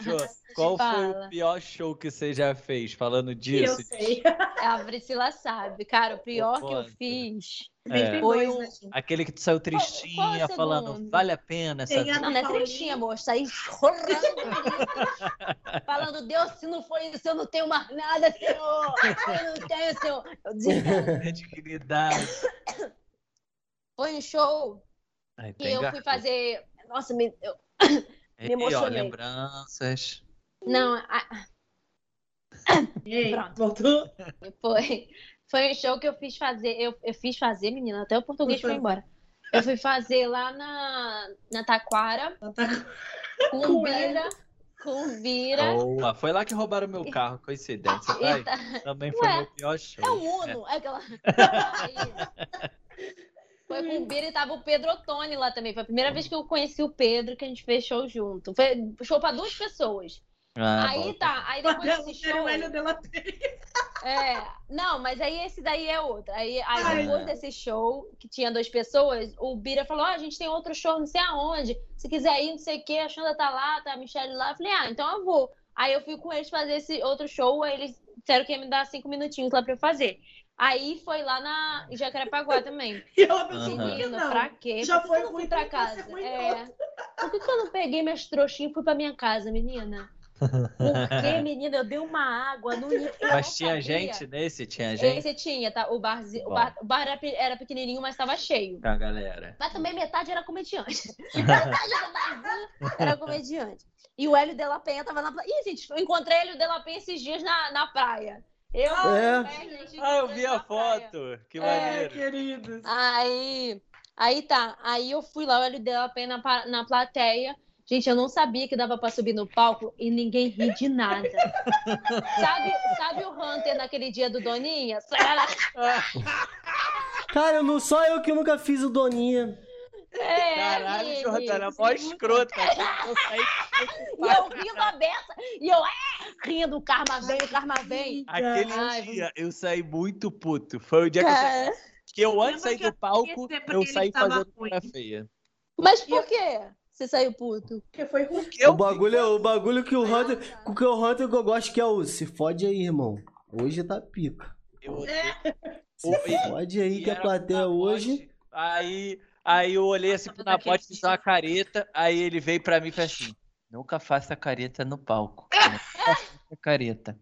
S3: Jô, qual foi
S4: fala.
S3: o pior show que você já fez? Falando
S1: E eu
S3: disso. Tipo,
S1: sei.
S4: A Priscila sabe, cara, o pior que eu
S3: Conta.
S4: fiz.
S3: É,
S4: Foi
S1: Dois,
S4: um-
S1: né, gente?
S3: aquele que tu saiu
S4: Qual- qual
S3: tristinha,
S4: é o
S3: falando,
S4: segundo?
S3: vale a pena essa
S1: Tem a-
S3: vida.
S4: Não, não é
S1: Paulinho.
S4: tristinha, moça. Tá aí chorando. Falando, Deus, se não foi isso, eu não tenho mais nada, Senhor. Ah, Eu não tenho, Senhor. Eu disse,
S3: né, dignidade.
S4: foi um show
S3: Ai,
S4: que
S3: tem
S4: eu
S3: garfo.
S4: fui fazer. Nossa, me... eu...
S3: Ei, É, ó,
S4: emocionei.
S3: lembranças.
S4: Não, a-
S1: Ei,
S4: Pronto.
S1: voltou.
S4: Foi, foi um show que eu fiz fazer. Eu, eu fiz fazer, menina, até o português foi embora. Eu fui fazer lá na, na Taquara. Com Vira. Com Vira.
S3: Boa. Foi lá que roubaram meu carro, coincidência. Vai.
S4: E tá-
S3: Também foi
S4: Ué,
S3: meu pior show.
S4: É o Uno, é aquela. Foi com o Bira e tava o Pedro Ottoni lá também. Foi a primeira vez que eu conheci o Pedro, que a gente fez show junto. Foi show pra duas pessoas.
S3: Ah,
S4: aí
S3: bom.
S4: tá, aí depois desse show. É, não, mas aí esse daí é outro. Aí, aí
S3: Ai.
S4: depois desse show, que tinha duas pessoas, o Bira falou: Ó, a gente tem outro show, não sei aonde. Se quiser ir, não sei o quê, a Xanda tá lá, tá a Michelle lá. Eu falei: Ah, então eu vou. Aí eu fui com eles fazer esse outro show, aí eles disseram que ia me dar cinco minutinhos lá pra eu fazer. Aí foi lá na em Jacarepaguá também.
S1: E ela pensou,
S3: Aham.
S1: por que
S4: Menino,
S1: não?
S4: pra quê?
S1: Já
S4: Por que
S1: foi
S4: que eu não
S1: ruim,
S4: fui pra
S1: por que você
S4: casa?
S1: foi
S4: É. Por que, que eu não peguei minhas trouxinhas e fui pra minha casa, menina? Porque, menina, eu dei uma água no nível. que eu não
S3: Mas tinha
S4: sabia.
S3: gente nesse? Tinha gente?
S4: Esse tinha, tá? O barzinho- o
S3: Bom.
S4: bar, o bar era, pe- era pequenininho, mas tava cheio.
S3: A galera.
S4: Mas também metade era comediante. metade era barzinho, era comediante. E o Hélio de la Penha tava na praia. Ih, gente, eu encontrei Hélio de la Penha esses dias na, na praia. Eu,
S2: É.
S4: é, gente,
S3: Ah, eu
S4: encontrei
S3: vi
S4: na
S3: a
S4: praia.
S3: foto. Que
S1: É,
S3: maneiro.
S1: queridos.
S4: Aí, aí tá. Aí eu fui lá, o Hélio de la Penha na, pa- na plateia. Gente, eu não sabia que dava pra subir no palco e ninguém ri de nada. sabe, sabe o Hunter naquele dia do Doninha?
S2: Cara, não só eu que nunca fiz o Doninha.
S4: É,
S3: Caralho,
S4: amigo.
S3: Jordana, mó escrota. Eu saí
S4: E eu rindo a beça. E eu, é, rindo, o karma vem, o karma vem.
S3: Aquele
S4: Ai,
S3: dia eu saí muito puto. Foi o dia que eu saí.
S4: Cara,
S3: Que eu antes
S1: Lembra
S3: de sair
S1: que eu
S3: do palco,
S1: esqueci porque
S3: eu
S1: ele
S3: saí
S1: tava
S3: fazendo
S1: ruim.
S3: cara feia.
S4: Mas por quê? Você saiu puto.
S1: Porque foi ruim.
S3: Eu
S2: o bagulho é o bagulho que o
S4: Ah,
S2: Hunter.
S4: tá.
S2: O que o Hunter que eu gosto que é o. Se fode aí, irmão. Hoje tá pica.
S3: eu-
S4: É,
S2: Se
S3: O- e-
S2: fode aí
S3: e
S2: que a
S3: era
S2: plateia
S3: Pinapote.
S2: hoje.
S3: Aí, aí eu olhei assim pro
S1: é
S3: Napote, fiz uma careta, aí ele veio pra mim e fez assim, nunca faça careta no palco. Nunca faça careta.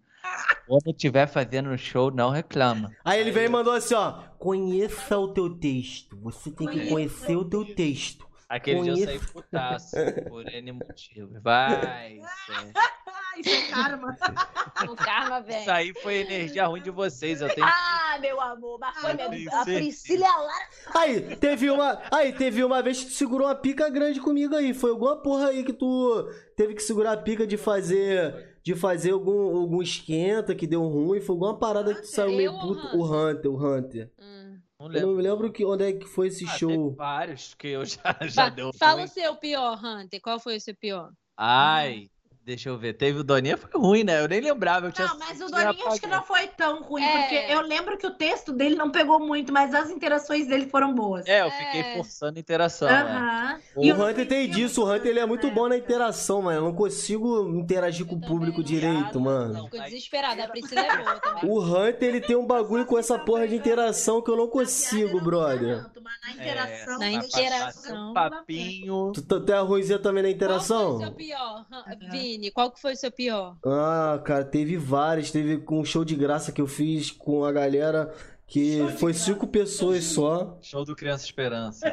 S3: Quando estiver fazendo um show, não reclama.
S2: Aí ele veio e mandou assim, ó. Conheça o teu texto. Você tem que conhecer o teu texto.
S3: Aquele dia eu
S2: Conheço.
S3: saí putaço, por N motivo. Vai,
S1: Ah,
S3: Sérgio.
S1: Ai, isso é karma.
S4: Ah, O karma vem.
S3: Isso aí foi energia ruim de vocês, eu tenho...
S4: Ah, meu amor, mas foi
S3: Eu
S4: minha-
S3: tenho
S4: A
S3: certeza.
S4: Priscila é Lara.
S2: Aí, teve uma. Aí, teve uma vez que tu segurou uma pica grande comigo aí. Foi alguma porra aí que tu teve que segurar a pica de fazer. De fazer algum, algum esquenta que deu ruim. Foi alguma parada que tu saiu
S4: Eu
S2: meio
S4: ou
S2: puto. O Hunter, o Hunter.
S4: Hum.
S3: Não
S2: Eu não me lembro que, onde é que foi esse
S3: Ah, teve
S2: show.
S3: vários que eu já, já deu
S4: Fala
S3: ruim.
S4: o seu pior, Hunter. Qual foi o seu pior?
S3: Ai, deixa eu ver. Teve o Doninha, foi ruim, né? Eu nem lembrava. Eu tinha
S1: Não, mas o
S3: tinha
S1: Doninho acho que não
S3: apagado.
S1: foi tão ruim,
S4: É.
S1: porque eu lembro que o texto dele não pegou muito, mas as interações dele foram boas.
S3: É, eu fiquei
S4: É.
S3: forçando a interação. né?
S1: Aham.
S2: O
S1: E eu não
S2: Hunter tem
S1: entendi
S2: disso, o Hunter ele é muito
S1: na
S2: bom na
S1: época.
S2: interação, mano. Eu não consigo interagir com o
S4: também
S2: público
S4: não.
S2: direito, mano.
S3: Não,
S4: Ficou
S3: mas-
S4: desesperada. A Priscila é boa também.
S2: O Hunter, ele tem um bagulho com essa porra de interação que eu não consigo, brother.
S1: Tanto, mas na
S3: É,
S1: interação.
S4: Na
S3: mas
S4: interação.
S3: passar um papinho.
S2: Tu, tu, tu é ruimzinha também na
S4: Qual foi o seu
S2: interação?
S4: pior, Han- Vini? Qual que foi o seu pior?
S2: Ah, cara, teve várias. Teve um show de graça que eu fiz com a galera que foi cinco pessoas só.
S3: Show do Criança Esperança.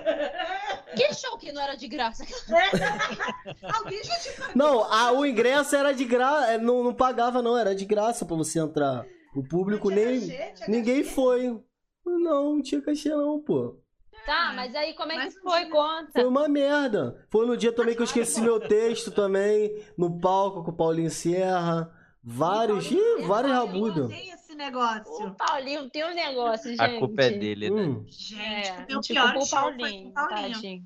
S4: Que show que não era de graça?
S1: Alguém já te pagou.
S2: Não, a- o ingresso era de graça, não, não pagava não, era de graça pra você entrar. O público
S1: né?
S2: nem ninguém foi. Não, não tinha cachê não, pô.
S4: Tá, mas aí como é que
S1: Mas não
S4: foi?
S1: tinha.
S4: Conta.
S2: Foi uma merda. Foi no dia também que eu esqueci meu texto também, no palco com o Paulinho Sierra. Vários, ih, vários rabudos.
S1: Tem esse negócio.
S4: O Paulinho tem um negócio, gente.
S3: A culpa é dele, né?
S2: Hum.
S1: Gente,
S4: É,
S1: o meu
S4: a gente
S1: pior
S4: culpa o
S1: show
S4: Paulinho, tá,
S1: foi com o Paulinho.
S4: tadinho.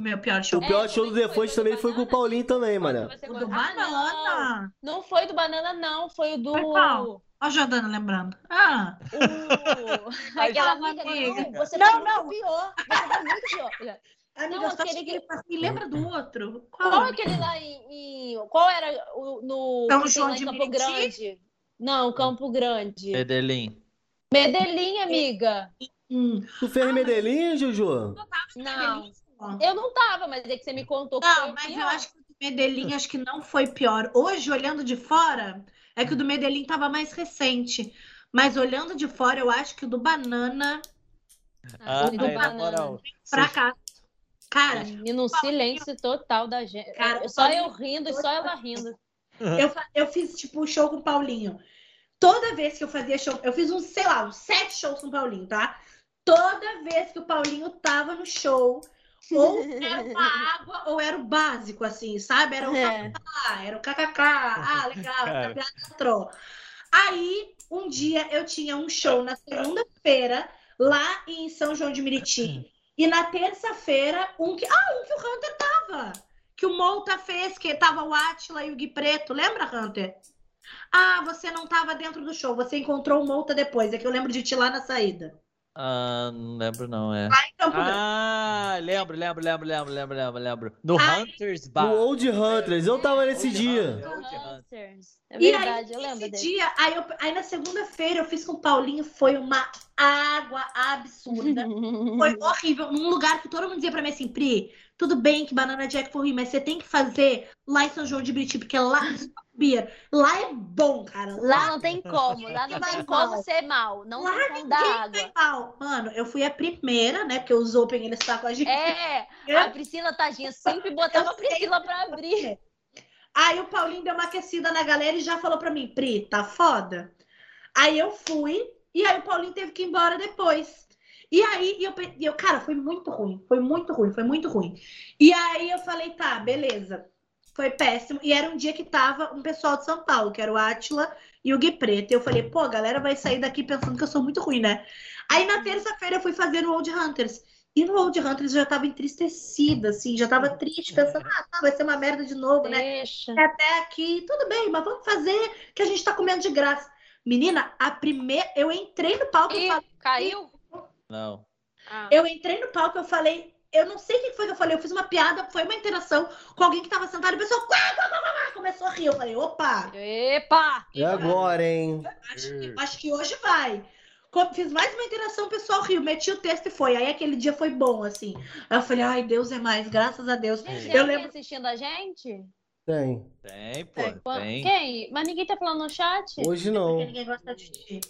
S1: O meu pior
S2: O
S1: show.
S2: pior
S4: É,
S2: show do
S4: como é que foi?
S2: Defante
S4: Foi do
S2: também foi com o
S4: Banana?
S2: Paulinho também, mano.
S4: Você
S1: O
S4: gosta-
S1: do
S4: Ah, não.
S1: Banana.
S4: não foi do banana, não. Foi o
S1: Foi
S4: do.
S1: qual? Ó, a Jordana lembrando. Ah,
S4: o- Aquela
S1: Ai,
S4: amiga
S1: amiga.
S4: não, você
S1: Não, Ah.
S4: foi muito pior. Você foi muito pior.
S1: amiga,
S4: Não,
S1: eu só
S4: aquele
S1: te assim, lembra do outro?
S4: Qual
S1: Qual?
S4: é aquele lá em. em- Qual era o, no.
S1: São
S4: que tem
S1: João
S4: lá em
S1: de
S4: Campo
S1: Meriti?
S4: Grande? Não, Campo Grande.
S3: Edelim.
S4: Medellín, amiga.
S1: Hum,
S2: Tu fez Medellín, Juju?
S4: Não.
S1: ó.
S4: Eu não tava, mas é que você me contou que foi
S1: Não,
S4: o
S1: mas eu
S4: pior.
S1: acho que o do Medellín acho que não foi pior. Hoje, olhando de fora, é que o do Medellín tava mais recente. Mas olhando de fora, eu acho que o do Banana
S4: Ah,
S3: Ah,
S4: né? do
S3: aí, na
S4: banana.
S3: moral.
S1: pra
S3: Vocês-
S1: cá. Cara,
S4: E num silêncio total da gente.
S1: Cara,
S4: só
S1: pode-
S4: eu rindo e só ela rindo.
S1: eu, fa- eu fiz, tipo, show com o Paulinho. Toda vez que eu fazia show, eu fiz uns, sei lá, uns sete shows com o Paulinho, tá? Toda vez que o Paulinho tava no show, ou era uma água, ou era o básico, assim, sabe? Era o
S4: É.
S1: Ah, era o kkk. Ah, legal, essa
S3: Cara.
S1: piada entrou. Aí, um dia eu tinha um show na segunda-feira, lá em São João de Meriti. E na terça-feira, um que. Ah, um que o Hunter tava. Que o Molta fez, que tava o Átila e o Gui Preto. Lembra, Hunter? Ah, você não tava dentro do show, você encontrou o Molta depois. É que eu lembro de te lá na saída. Então,
S3: Ah, não lembro não, é.
S1: Lá em Campo Grande.
S3: Ah, lembro, lembro, lembro, lembro, lembro, lembro, lembro. No
S1: Ai.
S3: Hunter's Bar.
S6: No Old Hunters, eu tava nesse
S3: Old
S6: dia.
S3: Hunters.
S4: É
S1: E aí,
S4: verdade, eu lembro
S1: Esse
S4: dele.
S1: dia, aí, eu- aí na segunda-feira eu fiz com o Paulinho, foi uma água absurda. Foi
S4: Uhum.
S1: horrível. Num lugar que todo mundo dizia pra mim assim, Pri, tudo bem que Banana Jack foi ruim, mas você tem que fazer lá em São João de Briti, porque lá é beer. Lá é bom, cara. Lá
S4: Lá não tem como, lá não tem como ser mal, não
S1: Lá
S4: tem como dar
S1: é
S4: água.
S1: mal. Mano, eu fui a primeira, né? Porque os Open, eles tá com a gente.
S4: É, a Priscila Tadinha sempre botava a Priscila pra abrir.
S1: Aí o Paulinho deu uma aquecida na galera e já falou pra mim, Pri, tá foda. Aí eu fui, e aí o Paulinho teve que ir embora depois. E aí e eu, pe- e eu, cara, foi muito ruim, foi muito ruim, foi muito ruim. E aí eu falei, tá, beleza. Foi péssimo. E era um dia que tava um pessoal de São Paulo, que era o Átila e o Gui Preto. E eu falei, pô, a galera vai sair daqui pensando que eu sou muito ruim, né? Aí na terça-feira eu fui fazer no Old Hunters. E no Old Hunters eu já tava entristecida, assim, já tava triste, pensando, ah, tá, vai ser uma merda de novo, né?
S4: Deixa.
S1: até aqui, tudo bem, mas vamos fazer que a gente tá comendo de graça. Menina, a primeira. Eu entrei no palco, eu,
S4: Ih,
S1: falei-
S4: caiu?
S3: Não.
S4: Ah.
S1: eu entrei no palco, eu falei. Eu não sei o que foi que eu falei, eu fiz uma piada, foi uma interação com alguém que tava sentado e o pessoal "Quá, quá, quá, quá, quá", começou a rir. Eu falei, opa,
S4: Epa!
S6: É agora, hein?
S1: acho que, acho que hoje vai. Co- Fiz mais uma interação, o pessoal riu, meti o texto e foi. Aí aquele dia foi bom, assim. Aí eu falei, ai, Deus é mais, graças a Deus.
S4: Gente,
S1: Eu
S4: tem alguém
S1: lembro-
S4: assistindo a gente?
S6: Tem.
S3: Tem, pô,
S4: Quan-
S3: tem.
S4: Quem? Mas ninguém tá falando no chat?
S6: Hoje
S3: Então,
S1: Porque
S6: não.
S1: ninguém gosta de ti.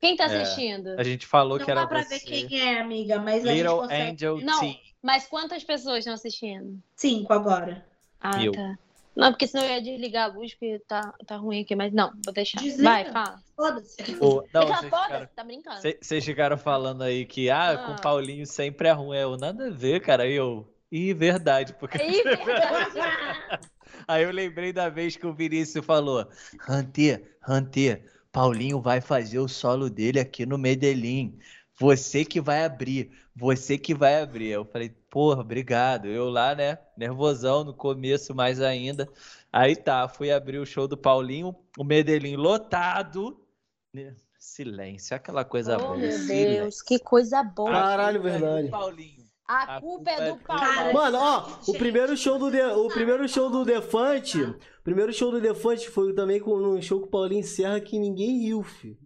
S4: Quem tá
S3: É.
S4: assistindo?
S3: A gente falou
S1: Não
S3: que era
S1: dá pra
S3: você.
S1: ver quem é, amiga, mas a gente
S3: Little
S1: consegue.
S3: Angel
S4: Não.
S3: Tea.
S4: Mas quantas pessoas estão assistindo?
S1: Cinco agora.
S4: Ah,
S3: Eu.
S4: tá. Não, porque senão eu ia desligar a luz, porque tá, tá ruim aqui, mas não, vou deixar.
S1: Desliga.
S4: Vai, fala.
S1: Foda-se.
S3: Ô, não,
S4: Fica
S3: vocês ficaram,
S4: foda, tá brincando.
S3: cê- vocês ficaram falando aí que ah, com
S4: Ah.
S3: o Paulinho sempre é ruim. Eu, nada a ver, cara. Aí Eu, e verdade, porque
S4: Ih, verdade.
S3: aí eu lembrei da vez que o Vinícius falou: Hunter, Hunter, Paulinho vai fazer o solo dele aqui no Medellín. Você que vai abrir, você que vai abrir. Eu falei, porra, obrigado. Eu lá, né, nervosão no começo, mais ainda. Aí tá, fui abrir o show do Paulinho, o Medellín lotado. né, Silêncio, aquela coisa
S4: Oh,
S3: boa.
S4: meu
S3: silêncio.
S4: Deus, que coisa boa.
S6: Caralho,
S3: A culpa é do
S6: verdade.
S3: Paulinho.
S4: A culpa é do Paulo.
S6: Mano, ó, o primeiro show do De- o primeiro show do Defante, o primeiro show do Defante foi também com um show com o Paulinho Serra que ninguém riu, filho.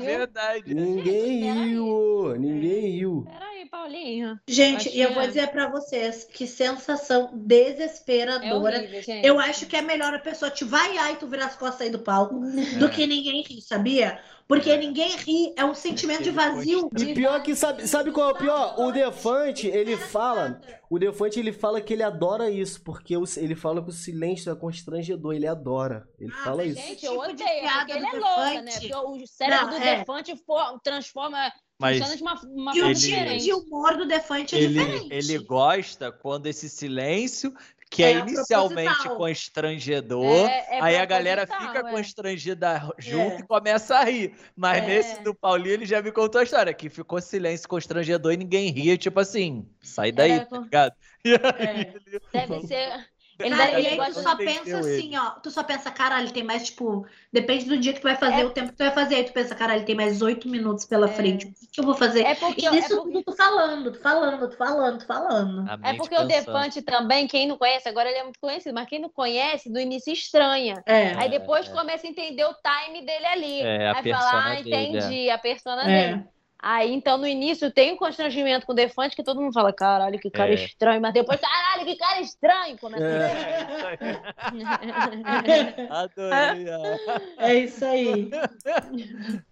S3: Verdade. né?
S6: Ninguém
S4: Gente, peraí.
S6: riu, ninguém riu.
S4: Peraí, Paulinho.
S1: Gente,
S4: Acho
S1: e eu
S4: que
S1: vou
S4: é.
S1: dizer pra vocês que sensação
S4: É
S1: desesperadora.
S4: horrível, gente.
S1: eu acho que é melhor a pessoa te vaiar e tu virar as costas aí do palco do que ninguém rir, sabia? Porque ninguém ri é um sentimento de vazio.
S6: E
S4: um
S6: pior que sabe, sabe qual é o pior? O Defante, ele fala, o Defante ele fala que ele adora isso, porque o- ele fala que o silêncio é constrangedor, ele adora. Ele
S1: Ah,
S6: fala
S1: mas
S6: isso.
S4: Gente, eu
S1: Tipo de
S4: odeio, é
S1: piada
S4: porque ele
S1: do
S4: é louca, né?
S1: Defante.
S4: Porque o cérebro
S1: Não,
S4: do
S1: é.
S4: Defante for- transforma,
S3: Mas
S4: funciona de uma, uma
S1: E o
S4: forma
S3: Ele-
S1: tipo
S4: diferente.
S1: de humor do Defante é
S3: ele,
S1: diferente.
S3: ele gosta quando esse silêncio, que
S1: É
S3: é, inicialmente
S1: proposital.
S3: constrangedor,
S4: É- é
S3: aí a galera
S4: proposital,
S3: fica
S4: é.
S3: constrangida junto e começa a rir. Mas
S4: É.
S3: nesse do Paulinho, ele já me contou a história, que ficou silêncio constrangedor e ninguém ria, tipo assim, sai daí,
S4: Era
S3: tá
S4: com-
S3: ligado? E aí,
S4: É. Deve ser. Ele,
S1: Cara,
S4: deve-
S1: e
S4: ele
S1: aí tu
S4: gosta
S1: só
S3: de-
S1: pensa
S3: entendeu
S1: assim, ó. Tu só pensa, caralho, tem mais, tipo, depende do dia que tu vai fazer, o tempo que tu vai fazer. Aí tu pensa, caralho, tem mais oito minutos pela
S4: É.
S1: frente. O que, que eu vou fazer?
S4: É porque,
S1: E
S4: é
S1: isso
S4: porque,
S1: tudo tu falando, tu falando, tu falando, tu falando.
S3: a
S4: é
S3: mente
S4: porque o
S3: pensando.
S4: Defante também, quem não conhece, agora ele é muito conhecido, mas quem não conhece, no início estranha.
S1: É.
S4: Aí depois começa a entender o time dele ali.
S3: É, a
S4: Aí
S3: persona
S4: fala, ah,
S3: dele,
S4: entendi, a persona
S1: É.
S4: dele. Aí, então, no início tem um constrangimento com o Defante que todo mundo fala, caralho, que cara
S3: É.
S4: estranho. Mas depois, caralho, que cara estranho. Começa
S6: É.
S4: a...
S3: Adorei. ah.
S1: É isso aí.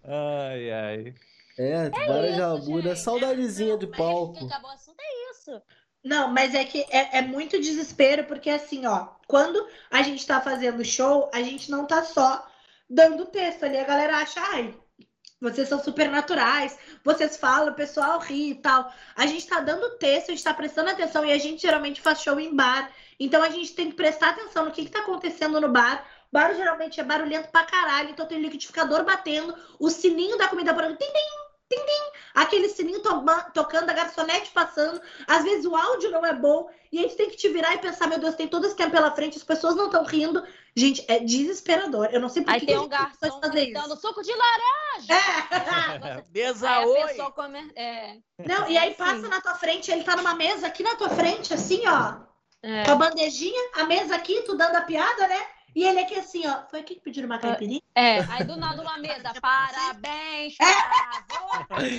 S3: Ai, ai.
S4: É
S6: É, várias rabudas, saudadezinha de
S4: Mas
S6: palco.
S4: que acabou o assunto é isso.
S1: Não, mas é que é, é muito desespero, porque assim, ó, quando a gente tá fazendo show, a gente não tá só dando texto ali. A galera acha, ai, vocês são super naturais, vocês falam, o pessoal ri e tal. A gente tá dando texto, a gente tá prestando atenção e a gente geralmente faz show em bar. Então a gente tem que prestar atenção no que, que tá acontecendo no bar. Bar geralmente é barulhento pra caralho, então tem liquidificador batendo, o sininho da comida por tim, tim, tim, aquele sininho to tocando, a garçonete passando, às vezes o áudio não é bom, e a gente tem que te virar e pensar, meu Deus, tem todo esse tempo pela frente, as pessoas não estão rindo. Gente, é desesperador. Eu não sei por
S4: Aí
S1: que
S4: tem
S1: a
S4: um
S1: gente precisa
S4: garçom
S1: fazer isso.
S4: gritando suco de laranja. É.
S3: Mesa
S4: Aí a
S3: 8.
S4: pessoa come... É,
S1: Não, e aí
S4: Assim.
S1: passa na tua frente, ele tá numa mesa aqui na tua frente, assim, ó.
S4: é.
S1: Com a bandejinha, a mesa aqui, tu dando a piada, né? E ele aqui assim, ó. Foi aqui que pediram uma caipirinha?
S4: É, aí do nada uma mesa,
S1: É.
S4: parabéns, por favor.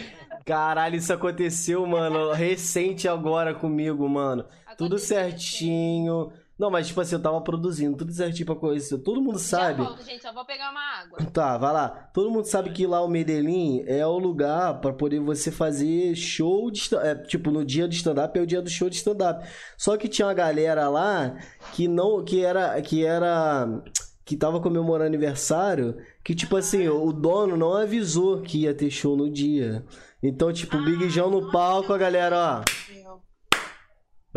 S2: Caralho, isso aconteceu, mano, recente agora comigo, mano. Tudo
S4: Aconteceu.
S2: certinho. Não, mas tipo assim, eu tava produzindo tudo certinho pra conhecer. Todo mundo
S4: Já
S2: sabe.
S4: volto, gente, só vou pegar uma água.
S2: Tá, vai lá. Todo mundo sabe que lá o Medellín é o lugar pra poder você fazer show de stand- é, tipo no dia do stand up é o dia do show de stand up. Só que tinha uma galera lá que não que era que era que tava comemorando aniversário, que tipo assim, o dono não avisou que ia ter show no dia. Então, tipo, o Big João
S1: Ah,
S2: no palco, a galera, ó.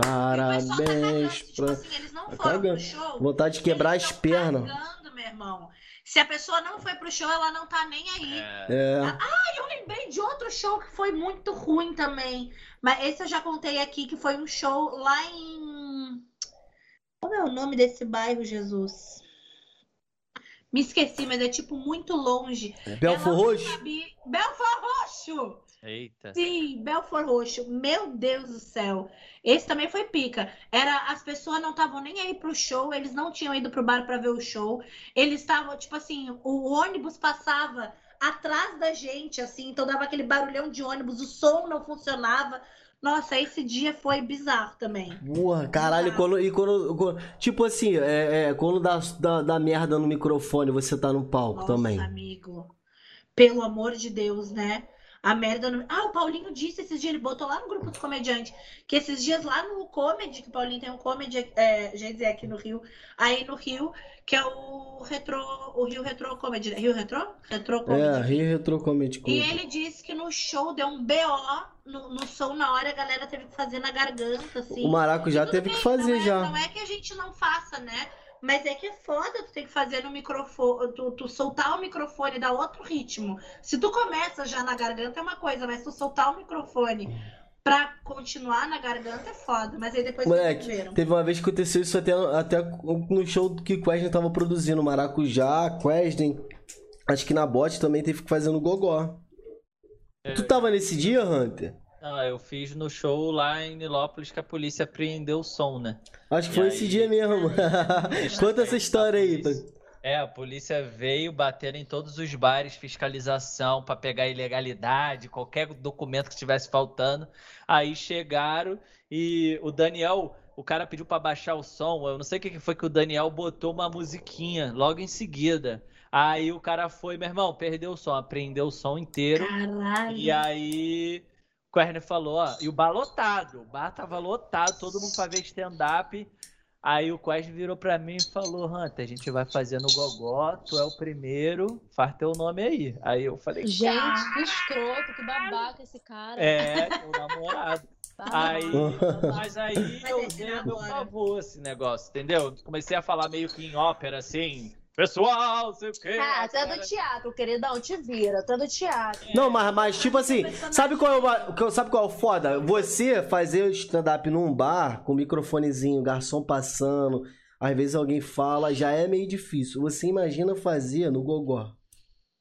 S2: Parabéns
S1: Tipo
S2: pra...
S1: assim, eles não
S2: tá
S1: foram pro
S2: cagando.
S1: show.
S2: Vontade de quebrar
S1: eles
S2: as
S1: tão
S2: pernas.
S1: cagando, meu irmão. Se a pessoa não foi pro show, ela não tá nem aí.
S2: É.
S1: Eu lembrei de outro show que foi muito ruim também. Mas esse eu já contei aqui, que foi um show lá em. Como é o nome desse bairro, Jesus? Me esqueci, mas é tipo muito longe.
S2: Belfor Roxo?
S1: Sabe? Belfort Roxo!
S3: É, Eita.
S1: Sim, Belfort Roxo. Meu Deus do céu. Esse também foi pica. Era, as pessoas não estavam nem aí pro show, eles não tinham ido pro bar pra ver o show. Eles estavam, tipo assim, o ônibus passava atrás da gente, assim, então dava aquele barulhão de ônibus, o som não funcionava. Nossa, esse dia foi bizarro também.
S2: Porra, caralho, quando, e quando, quando- Tipo assim, é, é, quando dá, dá, dá merda no microfone, você tá no palco
S1: Nossa,
S2: também.
S1: amigo. Pelo amor de Deus, né? A merda no... Ah, o Paulinho disse esses dias, ele botou lá no grupo dos comediantes, que esses dias lá no Comedy, que o Paulinho tem um Comedy, é, já ia dizer, aqui no Rio, aí no Rio, que é o Retro, o Rio Retro Comedy, né? Rio Retro? Retro
S2: É,
S1: Comedy.
S2: Rio Retro Comedy Club.
S1: E ele disse que no show deu um BO no, no som na hora, a galera teve que fazer na garganta, assim.
S2: O Maraco já
S1: Tudo
S2: teve
S1: bem,
S2: que fazer
S1: não é,
S2: já.
S1: Não é que a gente não faça, né? Mas é que é foda tu tem que fazer no microfone, tu, tu soltar o microfone e dar outro ritmo. Se tu começa já na garganta é uma coisa, mas tu soltar o microfone pra continuar na garganta é foda. Mas aí depois
S2: Moleque,
S1: resolveram.
S2: Teve uma vez que aconteceu isso até, até no show que Quesden tava produzindo, Maracujá, Quesden. Acho que na bot também teve que fazer no Gogó. Tu tava nesse dia, Hunter?
S3: Não, Ah, eu fiz no show lá em Nilópolis que a polícia apreendeu o som, né?
S2: Acho que
S3: E
S2: foi
S3: aí?
S2: esse dia mesmo. Conta essa história aí.
S3: A polícia- É, a polícia veio batendo em todos os bares, fiscalização pra pegar ilegalidade, qualquer documento que estivesse faltando. Aí chegaram e o Daniel, o cara pediu pra baixar o som. Eu não sei o que que foi que o Daniel botou uma musiquinha logo em seguida. Aí o cara foi, meu irmão, perdeu o som, apreendeu o som inteiro.
S1: Caralho.
S3: E aí, o Kerner falou, ó, e o bar lotado, o bar tava lotado, todo mundo pra ver stand-up. Aí o Quest virou pra mim e falou, Hunter, a gente vai fazer no Gogó, tu é o primeiro, faz teu nome aí. Aí eu falei,
S4: Gente, que escroto, que babaca esse cara. Tá
S3: é, meu namorado.
S4: Ah.
S3: Aí, mas aí
S1: Vai
S3: eu
S1: deixar
S3: dei a meu
S1: agora.
S3: favor esse negócio, entendeu? Comecei a falar meio que em ópera, assim, pessoal, não sei o quê.
S9: Ah,
S1: tá
S9: tu é
S3: Agora-
S1: tipo,
S9: do teatro, queridão, te vira, tu é do teatro.
S2: Não, mas, mas tipo assim,
S1: tá
S2: sabe qual é o, ba- que- sabe qual é o foda? Você fazer stand-up num bar com microfonezinho, garçom passando, às vezes alguém fala, já é meio difícil. Você imagina fazer no gogó.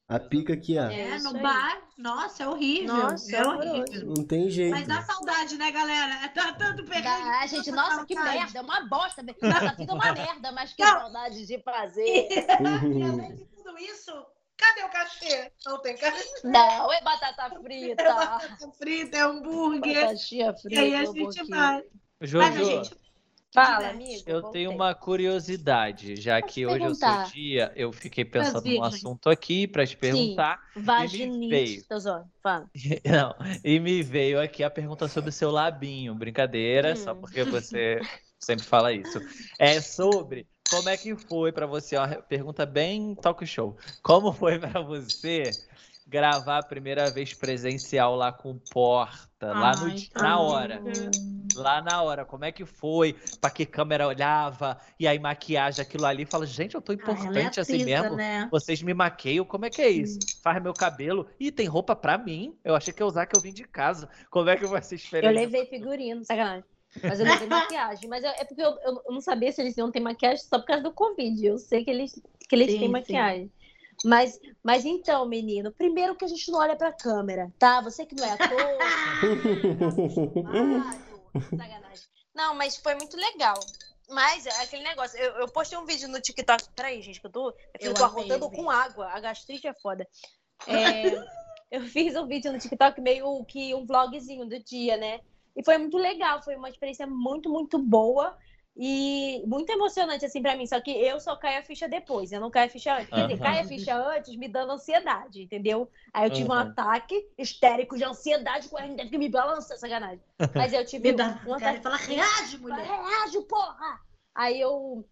S2: A pica que é.
S1: É,
S4: isso
S1: no
S4: aí.
S1: bar, nossa, é horrível.
S9: Nossa,
S1: é
S9: é
S1: horrível.
S2: Não tem jeito.
S1: Mas dá saudade, né, galera? Tá tanto tá pegando.
S4: Ah, gente, nossa, que
S1: Saudade.
S4: merda, é uma bosta. Nossa, fica uma merda, mas que
S1: Não.
S4: saudade de fazer.
S1: E além de tudo isso, cadê o cachê? Não tem cachê.
S4: Não, é batata frita.
S1: É batata frita, é hambúrguer.
S4: Batatinha
S1: E
S4: frita.
S1: aí a
S4: um
S1: gente
S4: pouquinho.
S1: vai. Mas a
S3: Jojo,
S1: gente
S4: Fala, amigo.
S3: Eu
S4: voltei.
S3: tenho uma curiosidade, já
S4: Pode
S3: que hoje é o seu
S4: perguntar.
S3: dia, eu fiquei pensando num
S4: virgens.
S3: assunto aqui pra te perguntar.
S4: Vaginite, Tozão. Fala.
S3: Não, e me veio aqui a pergunta sobre o seu labinho, brincadeira,
S4: Hum.
S3: só porque você sempre fala isso. É sobre como é que foi pra você, ó, pergunta bem talk show. Como foi pra você gravar a primeira vez presencial lá com porta, lá no-
S1: Ai,
S3: na hora? Lá na hora, como é que foi? Pra que câmera olhava? E aí maquiagem, aquilo ali, fala, gente, eu tô
S10: ela é
S3: importante assim
S10: atriz,
S3: mesmo.
S10: né?
S3: Vocês me maqueiam, como é que é isso? Faz meu cabelo. Ih, tem roupa pra mim. Eu achei que ia usar que eu vim de casa. Como é que vai ser
S4: Eu
S3: diferente?
S4: levei figurino, sacanagem. Mas eu levei maquiagem. Mas eu- é porque eu, eu não sabia se eles iam ter maquiagem só por causa do Covid. Eu sei que eles, que eles
S10: Sim,
S4: têm
S10: sim.
S4: maquiagem. Mas, mas então, menino, primeiro que a gente não olha pra câmera, tá? Você que não é ator, é
S11: Claro, sacanagem. Não, mas foi muito legal. Mas é aquele negócio, eu, eu postei um vídeo no TikTok. Peraí, gente, que eu tô.
S4: eu,
S11: Eu
S4: tô
S11: tô
S4: arrotando com água. A gastrite é foda. É, eu fiz um vídeo no TikTok meio que um vlogzinho do dia, né? E foi muito legal, foi uma experiência muito, muito boa. E muito emocionante, assim, pra mim. Só que eu só caio a ficha depois, eu não caio a ficha antes. Quer dizer,
S3: Aham.
S4: cai a ficha antes me dando ansiedade, entendeu? Aí eu tive um
S3: Aham.
S4: ataque histérico de ansiedade com a gente que me balança, sacanagem. Mas eu tive
S10: Me dá
S4: um
S10: vontade
S4: ataque
S10: de falar, reage, mulher.
S4: Reage, porra! Aí eu.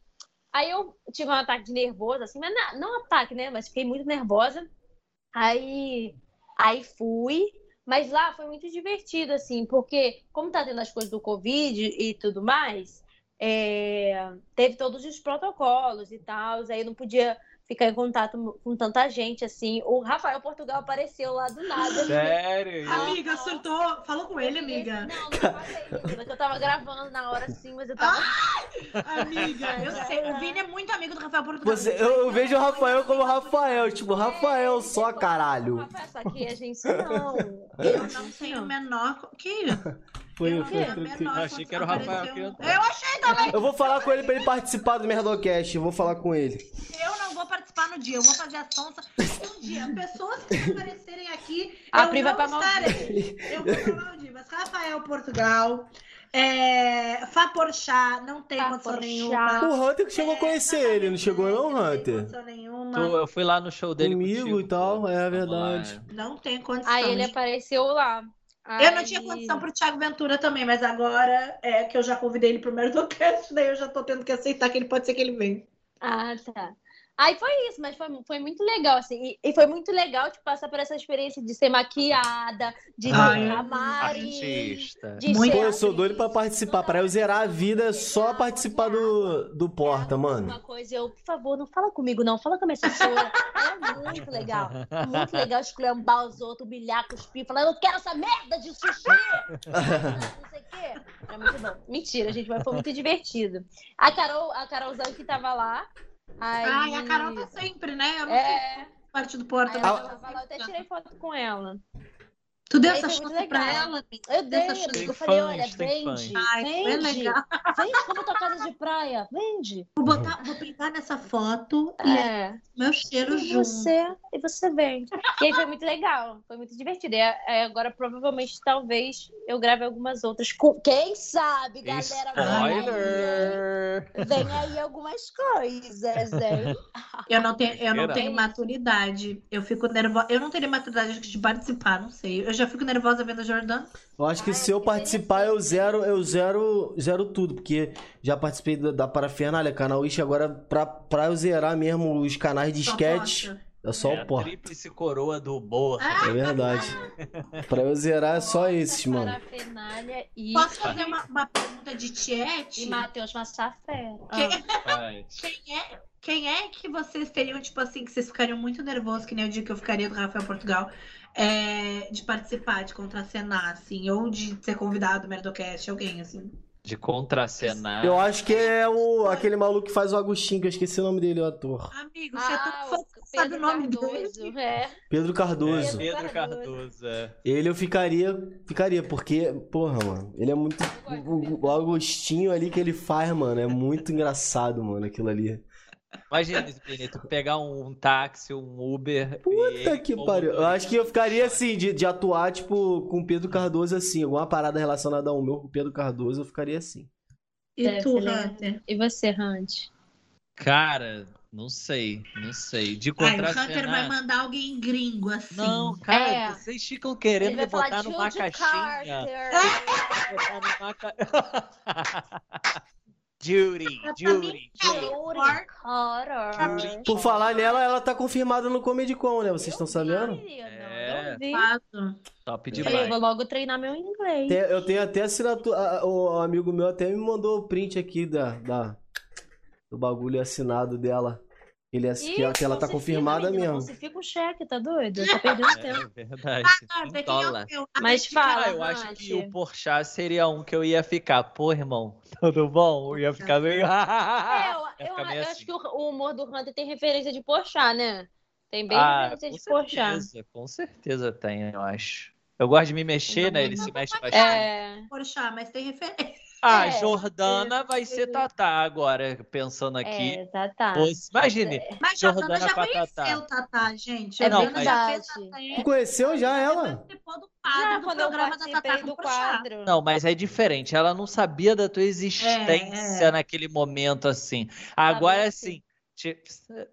S4: Aí eu tive um ataque de nervoso, assim, mas na- não ataque, né? Mas fiquei muito nervosa. Aí. Aí fui. Mas lá foi muito divertido, assim, porque como tá tendo as coisas do Covid e tudo mais, é, teve todos os protocolos e tal. Aí não podia ficar em contato com tanta gente, assim. O Rafael Portugal apareceu lá do nada.
S3: Sério?
S10: Ah,
S1: Amiga, surtou. Falou com ele, amiga.
S4: Não, não falei, menina, que eu tava gravando na hora, sim, mas eu tava
S1: Amiga, eu
S10: Eu sei, o Vini é muito amigo do Rafael Portugal.
S12: Você, eu, eu vejo o Rafael como Rafael, tipo, Rafael só, caralho.
S4: Rafael, Só que a gente não.
S1: eu não tenho o menor. Que?
S12: Foi,
S1: eu não
S12: foi,
S1: tenho a
S12: foi,
S1: menor
S3: Eu achei que era o
S1: condição.
S3: Rafael que
S1: Apareceu-
S3: entrou.
S1: Eu achei também.
S12: Eu vou falar com ele pra ele
S2: Participar do Merdocast, eu vou falar com ele.
S1: Eu não vou participar no dia, eu vou fazer a sonsa um dia. Pessoas que aparecerem aqui,
S4: A
S1: eu
S4: Pri vai
S1: não
S4: pra
S1: estarei. Eu vou pra Maldivas. Rafael Portugal, é... Fá Porchat, não tem
S4: Fá
S1: condição
S4: Porchat.
S1: nenhuma.
S2: O Hunter que chegou a conhecer ele, não chegou não,
S1: Não tem
S2: Hunter?
S1: condição nenhuma.
S3: Tu- eu fui lá no show dele
S2: Comigo
S3: contigo,
S2: e tal,
S3: pô.
S2: é
S3: Vamos lá,
S2: verdade.
S3: é.
S1: Não tem condição.
S4: Aí Ah, ele é apareceu lá.
S1: Eu não
S4: Aí-
S1: tinha condição pro Thiago Ventura também, mas agora é que eu já convidei ele pro Meritocast, daí eu já tô tendo que aceitar que ele pode ser que ele venha.
S4: Ah, tá. Aí foi isso, mas foi, foi muito legal, assim. E, e foi muito legal te passar por essa experiência de ser maquiada, de
S1: Ai,
S4: ser a Mari,
S3: Artista.
S4: de
S1: Muito.
S4: ser
S2: Pô, eu sou doido pra
S4: atriz.
S2: participar. Pra eu zerar a vida é só participar do, do Porta, mano.
S4: Uma coisa, eu, por favor, não fala comigo, não. Fala com a minha assessora. É muito legal. Muito legal esculhambar os outros, humilhar, cuspir, falar, eu não quero essa merda de sushi! não sei o quê. É muito bom. Mentira, gente, mas foi muito divertido. A Carol, a Carolzão que tava lá. Aí...
S1: Ai, a Carol tá sempre, né? Eu não sei
S4: É,
S1: se parte do
S4: aí
S1: Porto. tá
S4: ela tava lá, eu até tirei foto com ela.
S1: Tu deu
S4: Aí
S1: essa
S4: foi é muito
S1: chance pra
S4: legal.
S1: ela? amiga?
S4: Eu dei,
S1: Dessa chance.
S4: eu
S3: Tem
S4: falei,
S3: fãs,
S4: olha,
S3: tem
S4: vende,
S3: fãs.
S1: Ai, foi
S4: vende,
S1: legal.
S4: vende como tua casa de praia, vende.
S1: Vou, botar, vou pintar nessa foto e é
S4: É.
S1: meu cheiro
S4: E
S1: junto.
S4: você, e você vem. E aí foi muito legal, foi muito divertido. E a- é, agora, provavelmente, talvez, eu grave algumas outras. com- Quem sabe, galera?
S3: Spoiler!
S4: Vem aí, vem aí algumas coisas, hein?
S1: Eu não tenho, eu não
S3: Será?
S1: tenho maturidade. Eu fico nervosa. Eu não teria maturidade de participar, não sei. Eu já fico nervosa vendo a Jordana.
S2: Eu acho que se eu participar, eu zero, eu zero, zero tudo, porque já participei da, da Parafernália, canal Wish, agora pra, pra eu zerar mesmo os canais de
S1: Só
S2: sketch,
S1: posso.
S2: é só
S3: É
S2: o
S3: a
S2: Porta.
S3: tríplice coroa do humor.
S2: É verdade. Pra eu zerar é só esses, mano.
S4: Parafernália e,
S1: Posso fazer uma, uma pergunta de tiete?
S4: e Matheus Massafé.
S1: Que-
S3: Mas-
S1: Quem é, quem é que vocês teriam, tipo assim, que vocês ficariam muito nervosos, que nem o dia que eu ficaria do Rafael Portugal, é, de participar, de contracenar, assim, ou de ser convidado do Merdocast, alguém, assim.
S3: De contracenar.
S2: Eu acho que é o, aquele maluco que faz o Agostinho, que eu esqueci o nome dele, o ator.
S1: Amigo, você
S4: Ah,
S1: é tão fã
S4: o
S1: que você sabe o
S4: Pedro
S1: nome dele.
S4: Cardoso, é.
S2: Pedro Cardoso.
S4: Pedro
S3: É Pedro
S4: Cardoso.
S3: Cardoso. é.
S2: Ele eu ficaria, ficaria, porque, porra, mano, ele é muito. O, o Agostinho ali que ele faz, mano, é muito engraçado, mano, aquilo ali.
S3: Imagina, Zbini, tu pegar um, um táxi, um Uber.
S2: Puta que pariu. Eu acho que eu ficaria assim, de, de atuar, tipo, com o Pedro Cardoso assim, alguma parada relacionada ao meu com o Pedro Cardoso, eu ficaria assim.
S1: E
S4: Deve
S1: tu,
S4: ser legal.
S1: Hunter?
S4: E você, Hunt?
S3: Cara, não sei, não sei. De
S1: Ai, Ah, o
S3: contrato.
S1: Hunter vai mandar alguém gringo assim.
S3: Não, cara,
S4: É.
S3: vocês ficam querendo me botar numa caixinha. Botar numa ca... Judy, Judy, Judy.
S1: Or-
S4: Horror.
S6: Por falar nela, ela tá confirmada no Comedy Con, né? Vocês estão sabendo?
S3: É.
S4: Eu vi.
S1: Fato.
S3: Top
S4: Falei,
S3: demais. né?
S4: vou logo treinar meu inglês.
S6: Tem- eu tenho até assinatura. a- O amigo meu até me mandou o print aqui da, da- do bagulho assinado dela. Ele ass- que, ela- que ela tá confirmada mesmo.
S4: Você fica o cheque, tá doido? Tá perdendo
S1: um
S4: tempo.
S3: É verdade.
S1: Ah,
S3: Em
S1: vê quem é o
S3: dólar.
S1: teu.
S4: Mas fala,
S3: Ah, eu acho que
S4: Nath.
S3: o Porchat seria um que eu ia ficar. Pô, irmão, tudo bom? Eu ia ficar meio...
S4: É, eu,
S3: Ia
S4: eu-
S3: Ah, ficar meio
S4: eu
S3: assim.
S4: acho que o, o humor do Hunter tem referência de Porchat, né? Tem bem referência
S3: Ah, com
S4: de Porchat.
S3: certeza, com certeza tem, eu acho. Eu gosto de me
S4: Então
S3: mexer, né? Ele se mexe bastante.
S4: É.
S1: Porchá, mas tem referência.
S3: Ah,
S4: É.
S3: Jordana vai ser Tatá agora, pensando aqui.
S4: É, tá, tá.
S3: Pô, Imagine,
S1: Mas
S3: Jordana
S1: Jordana já
S3: pra Tatá.
S1: conheceu o Tatá, gente.
S4: É
S1: Jordana já
S4: verdade.
S1: fez Tatá.
S6: Tu
S1: é?
S6: conheceu já ela?
S1: Participou do
S4: Já
S1: quadro do
S4: quando eu
S1: programa da Tatá
S4: participei
S1: com o
S4: do
S1: Porchat.
S4: quadro.
S3: Não, mas é diferente. Ela não sabia da tua existência
S1: É, é.
S3: naquele momento assim. Agora assim,
S4: assim.
S3: tipo,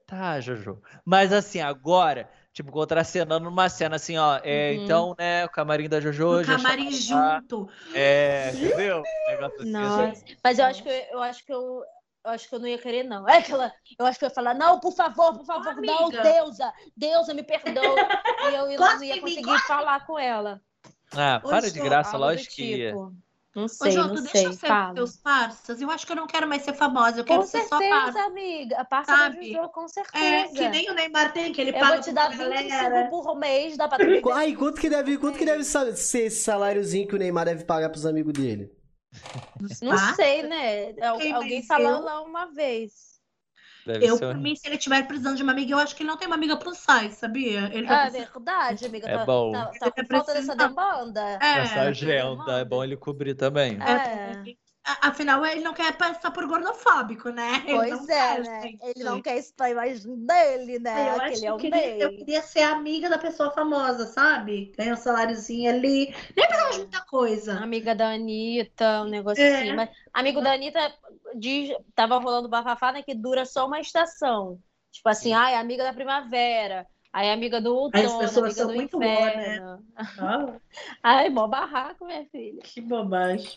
S3: tá, Jojo. Mas assim, agora, tipo, contracenando numa cena assim, ó, é,
S4: Uhum.
S3: então, né, o camarim da Jojo
S1: No
S3: já
S1: camarim
S3: chama lá.
S1: junto.
S3: É, entendeu? Um negócio assim, assim.
S4: Nossa, mas eu acho que eu, eu acho que eu, eu acho que eu não ia querer, não. É aquela, eu acho que eu ia falar, não, por favor, por favor, não,
S1: Amiga.
S4: deusa, deusa, me perdoa. E eu não
S1: Gosta
S4: ia
S1: de mim,
S4: conseguir falar com ela.
S3: Ah,
S1: Ô,
S3: para de
S1: João,
S3: graça,
S4: Algo do
S3: lógico que ia.
S4: tipo. Não
S1: Ô,
S4: sei,
S1: João,
S4: não
S1: tu
S4: sei.
S1: deixa eu ser
S4: fala.
S1: teus parças. Eu acho que eu não quero mais ser famosa, eu quero
S4: Com
S1: ser só parça.
S4: certeza, amiga. A parça do
S1: Sabe?
S4: Jojo, com certeza.
S1: É, que nem o Neymar tem, que ele
S4: Eu
S1: paga
S4: vou te dar
S1: pra
S4: 25
S1: galera.
S4: por mês, dá pra tu me
S2: é?
S6: Ai, quanto que deve,
S3: É.
S6: quanto que deve sa- ser esse saláriozinho que o Neymar deve pagar pros amigos dele?
S4: Não
S1: Tá?
S4: sei, né? Al-
S1: Ei, mas
S4: alguém falou
S1: eu-
S4: lá uma vez.
S3: Deve
S1: Eu,
S3: ser um-
S1: por mim, se ele estiver precisando de uma amiga, eu acho que ele não tem uma amiga plus size, sabia? Ele tá vai
S4: É
S1: precisar-
S4: verdade, amiga.
S3: É
S4: tá,
S3: bom.
S4: Tá, tá com
S1: Ele
S4: falta dessa
S1: precisa-
S4: demanda.
S1: É,
S3: Essa agenda, é bom ele cobrir também.
S4: É.
S1: a- afinal, ele não quer passar por gordofóbico, né? Ele não
S4: Pois é,
S1: quer,
S4: né?
S1: gente.
S4: Ele não quer isso pra imagem dele, né?
S1: Eu acho
S4: Aquele
S1: que
S4: é
S1: eu
S4: o
S1: queria, eu
S4: meio.
S1: queria ser amiga da pessoa famosa, sabe? Ganhar um saláriozinho ali. Nem precisava de muita coisa.
S4: Amiga da Anitta, um negócio
S1: É.
S4: assim. Mas amigo da Anitta diz, tava rolando bafafá, né? Que dura só uma estação. Tipo assim, ai, amiga da primavera. Aí amiga do
S1: Aí as
S4: outono,
S1: pessoas
S4: amiga
S1: são
S4: do
S1: muito boas, né?
S4: inverno. Ai, mó barraco, minha filha.
S1: Que bobagem.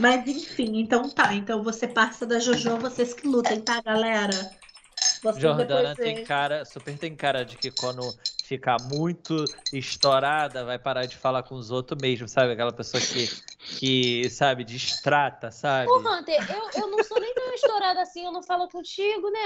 S1: Mas enfim, então tá. Então você passa da Jojo, vocês que lutem, tá, galera?
S4: assim,
S1: Vocês
S3: Jordana
S1: depois
S3: tem
S1: vê.
S3: cara, super tem cara de que quando ficar muito estourada, vai parar de falar com os outros mesmo, sabe? Aquela pessoa que, que sabe, distrata, sabe?
S4: Ô, Hunter, eu, eu não sou nem tão estourada assim, eu não falo contigo, né?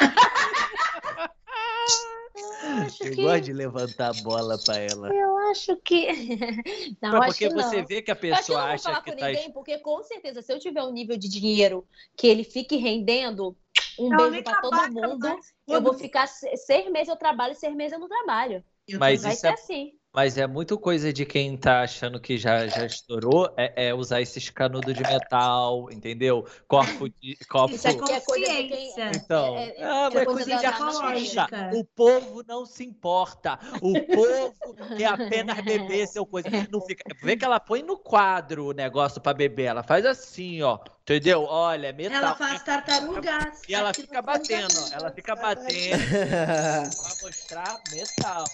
S4: Eu acho
S3: Eu
S4: que.
S3: gosto de levantar a bola pra ela.
S4: Eu acho que. Não,
S3: Mas
S4: acho
S3: porque
S4: que não.
S3: você vê que a
S4: eu acho que eu
S3: pessoa
S4: não vou
S3: acha
S4: falar
S3: que
S4: com
S3: tá.
S4: ninguém, porque com certeza, se eu tiver um nível de dinheiro que ele fique rendendo, um
S1: Não,
S4: beijo
S1: nem tá
S4: pra todo
S1: trabalho,
S4: mundo,
S1: trabalho.
S4: eu vou ficar se- seis meses eu trabalho, seis meses eu não trabalho.
S3: Mas
S4: Vai
S3: isso
S4: ser
S3: é,
S4: assim.
S3: mas é muito coisa de quem tá achando que já, já estourou, é, é usar esses canudos de metal, entendeu? Corpo de. Corpo...
S1: Isso é
S4: Porque é coisa de quem-
S1: consciência.
S3: Então,
S4: É- é-
S3: ah,
S4: é
S3: mas
S4: coisa
S3: coisa de
S4: da-
S3: artista.
S1: lógica.
S3: O povo não se importa. O povo quer apenas beber seu coisa. Não fica... Vê que ela põe no quadro o negócio pra beber. Ela faz assim, ó. Entendeu? Olha, é metal.
S1: Ela faz tartarugas.
S3: E ela
S1: Aquilo
S3: fica
S1: faz
S3: batendo, ó. Ela fica batendo pra mostrar metal.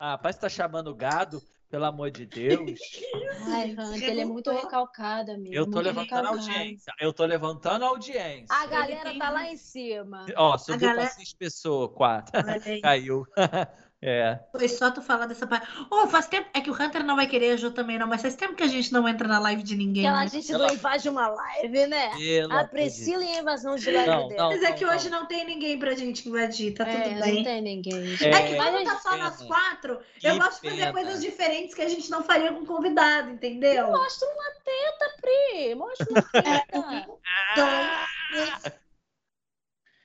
S3: Ah, parece que tá chamando gado, pelo amor de Deus.
S4: Ai, Hunter, ele é muito
S1: revoltou.
S4: recalcado, amigo.
S3: Eu tô
S4: muito
S3: levantando a
S4: recalcado.
S3: audiência. Eu tô levantando a audiência.
S4: A
S1: Ele
S4: galera
S1: tem
S4: tá lá
S1: um-
S4: em cima.
S3: Ó, subiu pra
S1: galera-
S3: seis pessoas, quatro.
S1: Olha aí.
S3: Caiu. É.
S1: Foi só tu falar dessa parte. Oh, faz tempo. É que o Hunter não vai querer, a Ju também não, mas faz tempo que a gente não entra na live de ninguém.
S4: Aquela
S1: né?
S4: gente
S3: Ela-
S4: não invade uma live, né?
S3: Pelo
S4: A
S3: amor de
S4: Priscila e a invasão de
S3: Não,
S4: live dela.
S1: Mas é
S3: não,
S1: que
S3: não.
S1: hoje não tem ninguém pra gente invadir, tá
S4: É,
S1: tudo
S4: não
S1: bem.
S4: tem ninguém.
S3: É,
S1: É que quando tá só
S3: pena.
S1: nós quatro,
S3: Que
S1: eu gosto de
S3: pena.
S1: fazer coisas diferentes que a gente não faria com convidado, entendeu?
S4: Mostra uma teta, Pri! Mostra uma teta! Ah!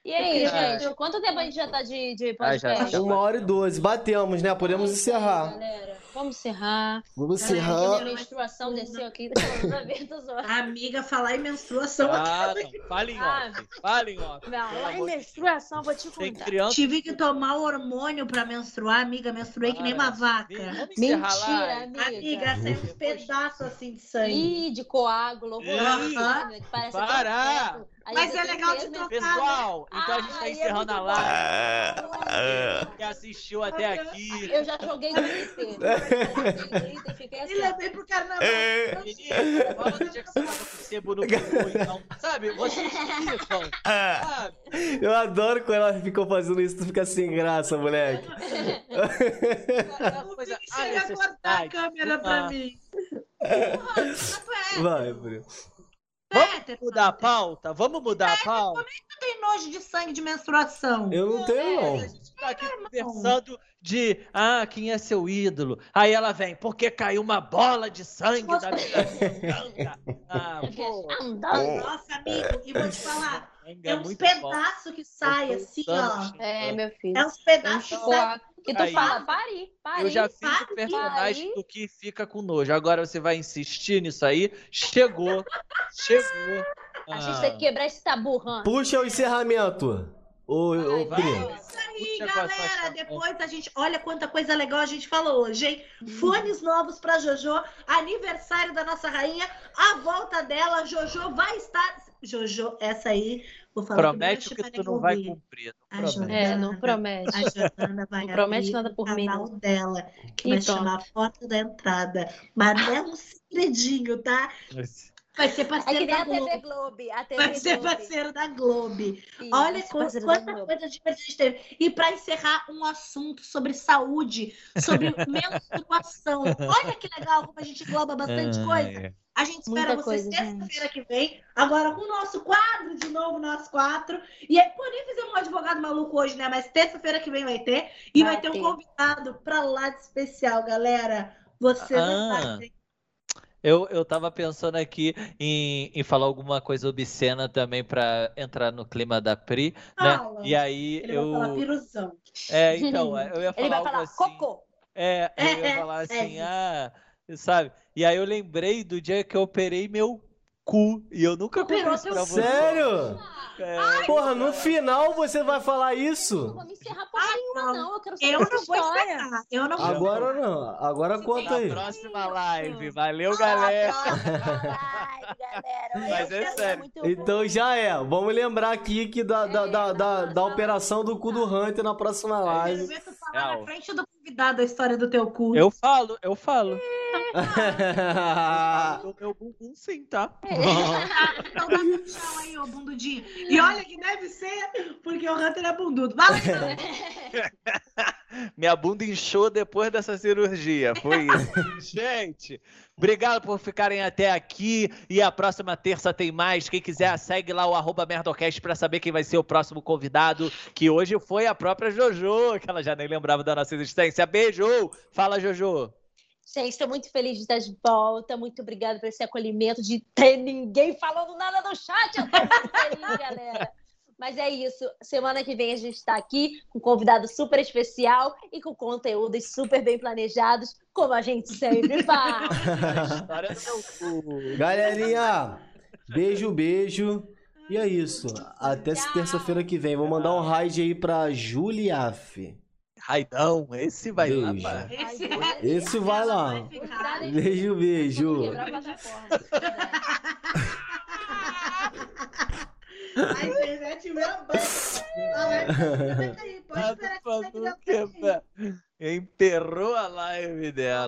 S4: E aí,
S1: Eu queria-
S4: gente? Quanto tempo a gente já tá de, de
S3: É. Ah, já-
S4: podcast?
S3: já-
S6: Uma hora e doze. Batemos, né? Podemos encerrar.
S4: Galera, vamos encerrar.
S6: Vamos
S1: Galera,
S6: encerrar.
S4: Minha menstruação desceu aqui. Tá vendo só?
S1: A Então, amiga falar em menstruação.
S3: Ah, não. Fala em off. Fala em off.
S4: Não,
S3: Pelo
S4: lá em
S3: amor
S1: é
S3: de
S4: menstruação, vou te
S3: Tem
S4: contar.
S3: criança.
S1: Tive que tomar hormônio pra menstruar, amiga. Menstruei que nem uma
S3: Para.
S1: vaca.
S3: Vamos encerrar
S4: Mentira,
S3: lá.
S4: amiga.
S1: Amiga, saiu um pedaço assim de sangue.
S4: Ih, de coágulo, horroroso,
S1: Aham.
S4: né, que parece
S3: Para!
S4: até um feto. Às
S1: Mas
S4: vezes
S1: é
S4: eu tenho
S1: legal de
S4: peso, mas-
S1: tocar.
S3: Pessoal, então a gente
S13: Ah,
S3: tá
S13: aí é
S3: encerrando a
S13: muito
S3: live.
S13: bom.
S3: que assistiu até aqui.
S4: né? Eu já joguei glitter. Eu já joguei glitter e fiquei
S1: E
S4: assim. ó.
S1: levei pro carnaval.
S4: É.
S3: Menino, fala do dia que você tava com sebo no cu, então. Sabe, vocês ficam, sabe?
S2: Eu adoro quando ela ficou fazendo isso, tu fica sem graça, moleque.
S3: Aquela
S1: O
S3: coisa,
S1: Vini
S3: a
S1: chega a cortar a
S3: necessidade.
S1: câmera pra
S3: Ah.
S1: mim.
S2: Vai, Bruno.
S1: Peterson,
S3: Vamos mudar a pauta? Vamos mudar a pauta?
S1: tu tem nojo de sangue de menstruação.
S2: Eu não tenho,
S3: É,
S2: não.
S3: A gente tá aqui conversando de ah, quem é seu ídolo. Aí ela vem, porque caiu uma bola de sangue da minha Ah,
S4: Eu fiquei
S3: pô,
S4: andando.
S1: Nossa, amigo, e vou te falar,
S3: sangue
S1: é
S3: é
S1: uns
S3: muito forte.
S1: pedaços que saem assim, ó.
S4: É, meu filho.
S1: É uns pedaços que
S3: Eu
S1: saem.
S4: E tu
S3: Aí.
S4: fala, pari, pari.
S3: Eu já fiz
S1: pare,
S3: o personagem
S4: pare.
S3: do que fica com nojo. Agora você vai insistir nisso aí. Chegou, chegou. Ah,
S4: A gente tem que quebrar esse tabu, Han.
S2: Puxa o encerramento. Ô, ô,
S3: Vai,
S2: Pri.
S3: vai.
S1: Ih,
S3: Puxa com a sua
S1: galera,
S3: chapa.
S1: depois a gente. Olha quanta coisa legal a gente falou hoje, hein? Fones novos pra Jojo, aniversário da nossa rainha, a volta dela, Jojo vai estar. Jojo, essa aí, vou falar
S3: Promete o que
S1: primeiro,
S3: tu
S1: Giovana,
S3: não vai
S1: ouvir.
S3: cumprir. não
S1: Ah,
S3: promete.
S1: Joana.
S4: É, não promete.
S1: A Joana vai
S4: Não promete
S1: abrir
S4: nada por
S1: o
S4: mim,
S1: canal
S4: não. Então.
S1: dela, que
S4: E
S1: vai
S4: pronto.
S1: chamar a porta da entrada. Mas não é um segredinho, tá? Vai ser
S4: É
S1: parceiro
S4: que nem
S1: da
S4: a
S1: Globo.
S4: TV Globo. A TV
S1: Vai ser
S4: Globo.
S1: parceiro da Globo.
S4: Isso,
S1: Olha
S4: ser
S1: qu-
S4: parceiro da
S1: quanta
S4: Globo.
S1: coisa divertida a gente teve. E para encerrar, um assunto sobre saúde, sobre menstruação. Olha que legal como a gente engloba bastante coisa.
S3: É.
S1: A gente espera
S4: Muita
S1: vocês
S4: coisa,
S1: terça-feira que vem. Agora com o nosso quadro de novo, nós quatro. E aí, pô, nem fizemos um advogado maluco hoje, né? Mas terça-feira que vem vai ter. E vai,
S4: Vai
S1: ter um
S4: ter.
S1: convidado para lá de especial, galera. Vocês não
S3: Ah.
S1: sabem.
S3: Eu, eu tava pensando aqui em, em falar alguma coisa obscena também pra entrar no clima da Pri, né?
S1: Fala.
S3: E aí
S1: Ele vai falar
S3: eu.
S1: piruzão.
S3: É, então, eu ia falar
S4: Ele vai
S3: algo
S4: falar
S3: assim.
S4: cocô.
S3: É, eu ia falar
S1: É
S3: assim,
S1: isso.
S3: ah, sabe? E aí eu lembrei do dia que eu operei meu cu e eu nunca
S4: Operou
S3: contei isso
S4: teu
S3: pra
S4: cu?
S3: você.
S2: Sério?
S3: É,
S2: Porra, no final você vai falar
S4: Não
S2: isso?
S4: vou me encerrar porra
S1: Ah,
S4: nenhuma,
S1: não.
S4: não. Eu quero saber
S1: Eu
S4: essa
S1: não vou
S4: história.
S1: encerrar. Eu não
S3: Ah,
S1: vou
S2: Agora não. Agora conta
S3: na
S2: aí.
S3: próxima live. Valeu, galera.
S4: Galera. galera. Olha,
S3: Mas é
S4: isso
S3: sério.
S4: muito
S2: Então já é. Vamos É, lembrar aqui que da, da, da, da, da operação do cu do Hunter na próxima
S1: Quero
S2: live.
S1: ver tu falar
S3: Tchau.
S1: na frente do convidado a história do teu cu.
S3: Eu falo, eu falo.
S2: Ah.
S3: Do meu bumbum sim, tá?
S2: é
S1: Então dá um tchau aí, ô bundudinho. E olha que deve ser, porque o Hunter é bundudo. Vai, Hunter.
S3: Minha bunda inchou depois dessa cirurgia. Foi isso. Gente, obrigado por ficarem até aqui. E a próxima terça tem mais. Quem quiser, segue lá o arroba Merdocast pra saber quem vai ser o próximo convidado, que hoje foi a própria Jojo, que ela já nem lembrava da nossa existência. Beijo! Fala, Jojo!
S4: Gente, estou muito feliz de estar de volta. Muito obrigada por esse acolhimento, de ter ninguém falando nada no chat. Eu tô muito feliz, galera. Mas é isso. Semana que vem a gente está aqui com um convidado super especial e com conteúdos super bem planejados, como a gente sempre faz.
S3: História do meu cu.
S2: Galerinha, beijo, beijo. E é isso. Até se terça-feira que vem. Vou mandar um raid aí pra Juliaf.
S3: Raidão, esse vai
S2: Beijo.
S3: lá, pá.
S1: Esse, é
S2: Esse vai
S1: ela
S2: lá.
S1: vai ficar.
S2: Beijo, beijo.
S4: Quebrar a plataforma.
S1: Ai, gente, já tiveram banho. Olha, Pode esperar que isso aqui dá um
S3: Enterrou a live dela.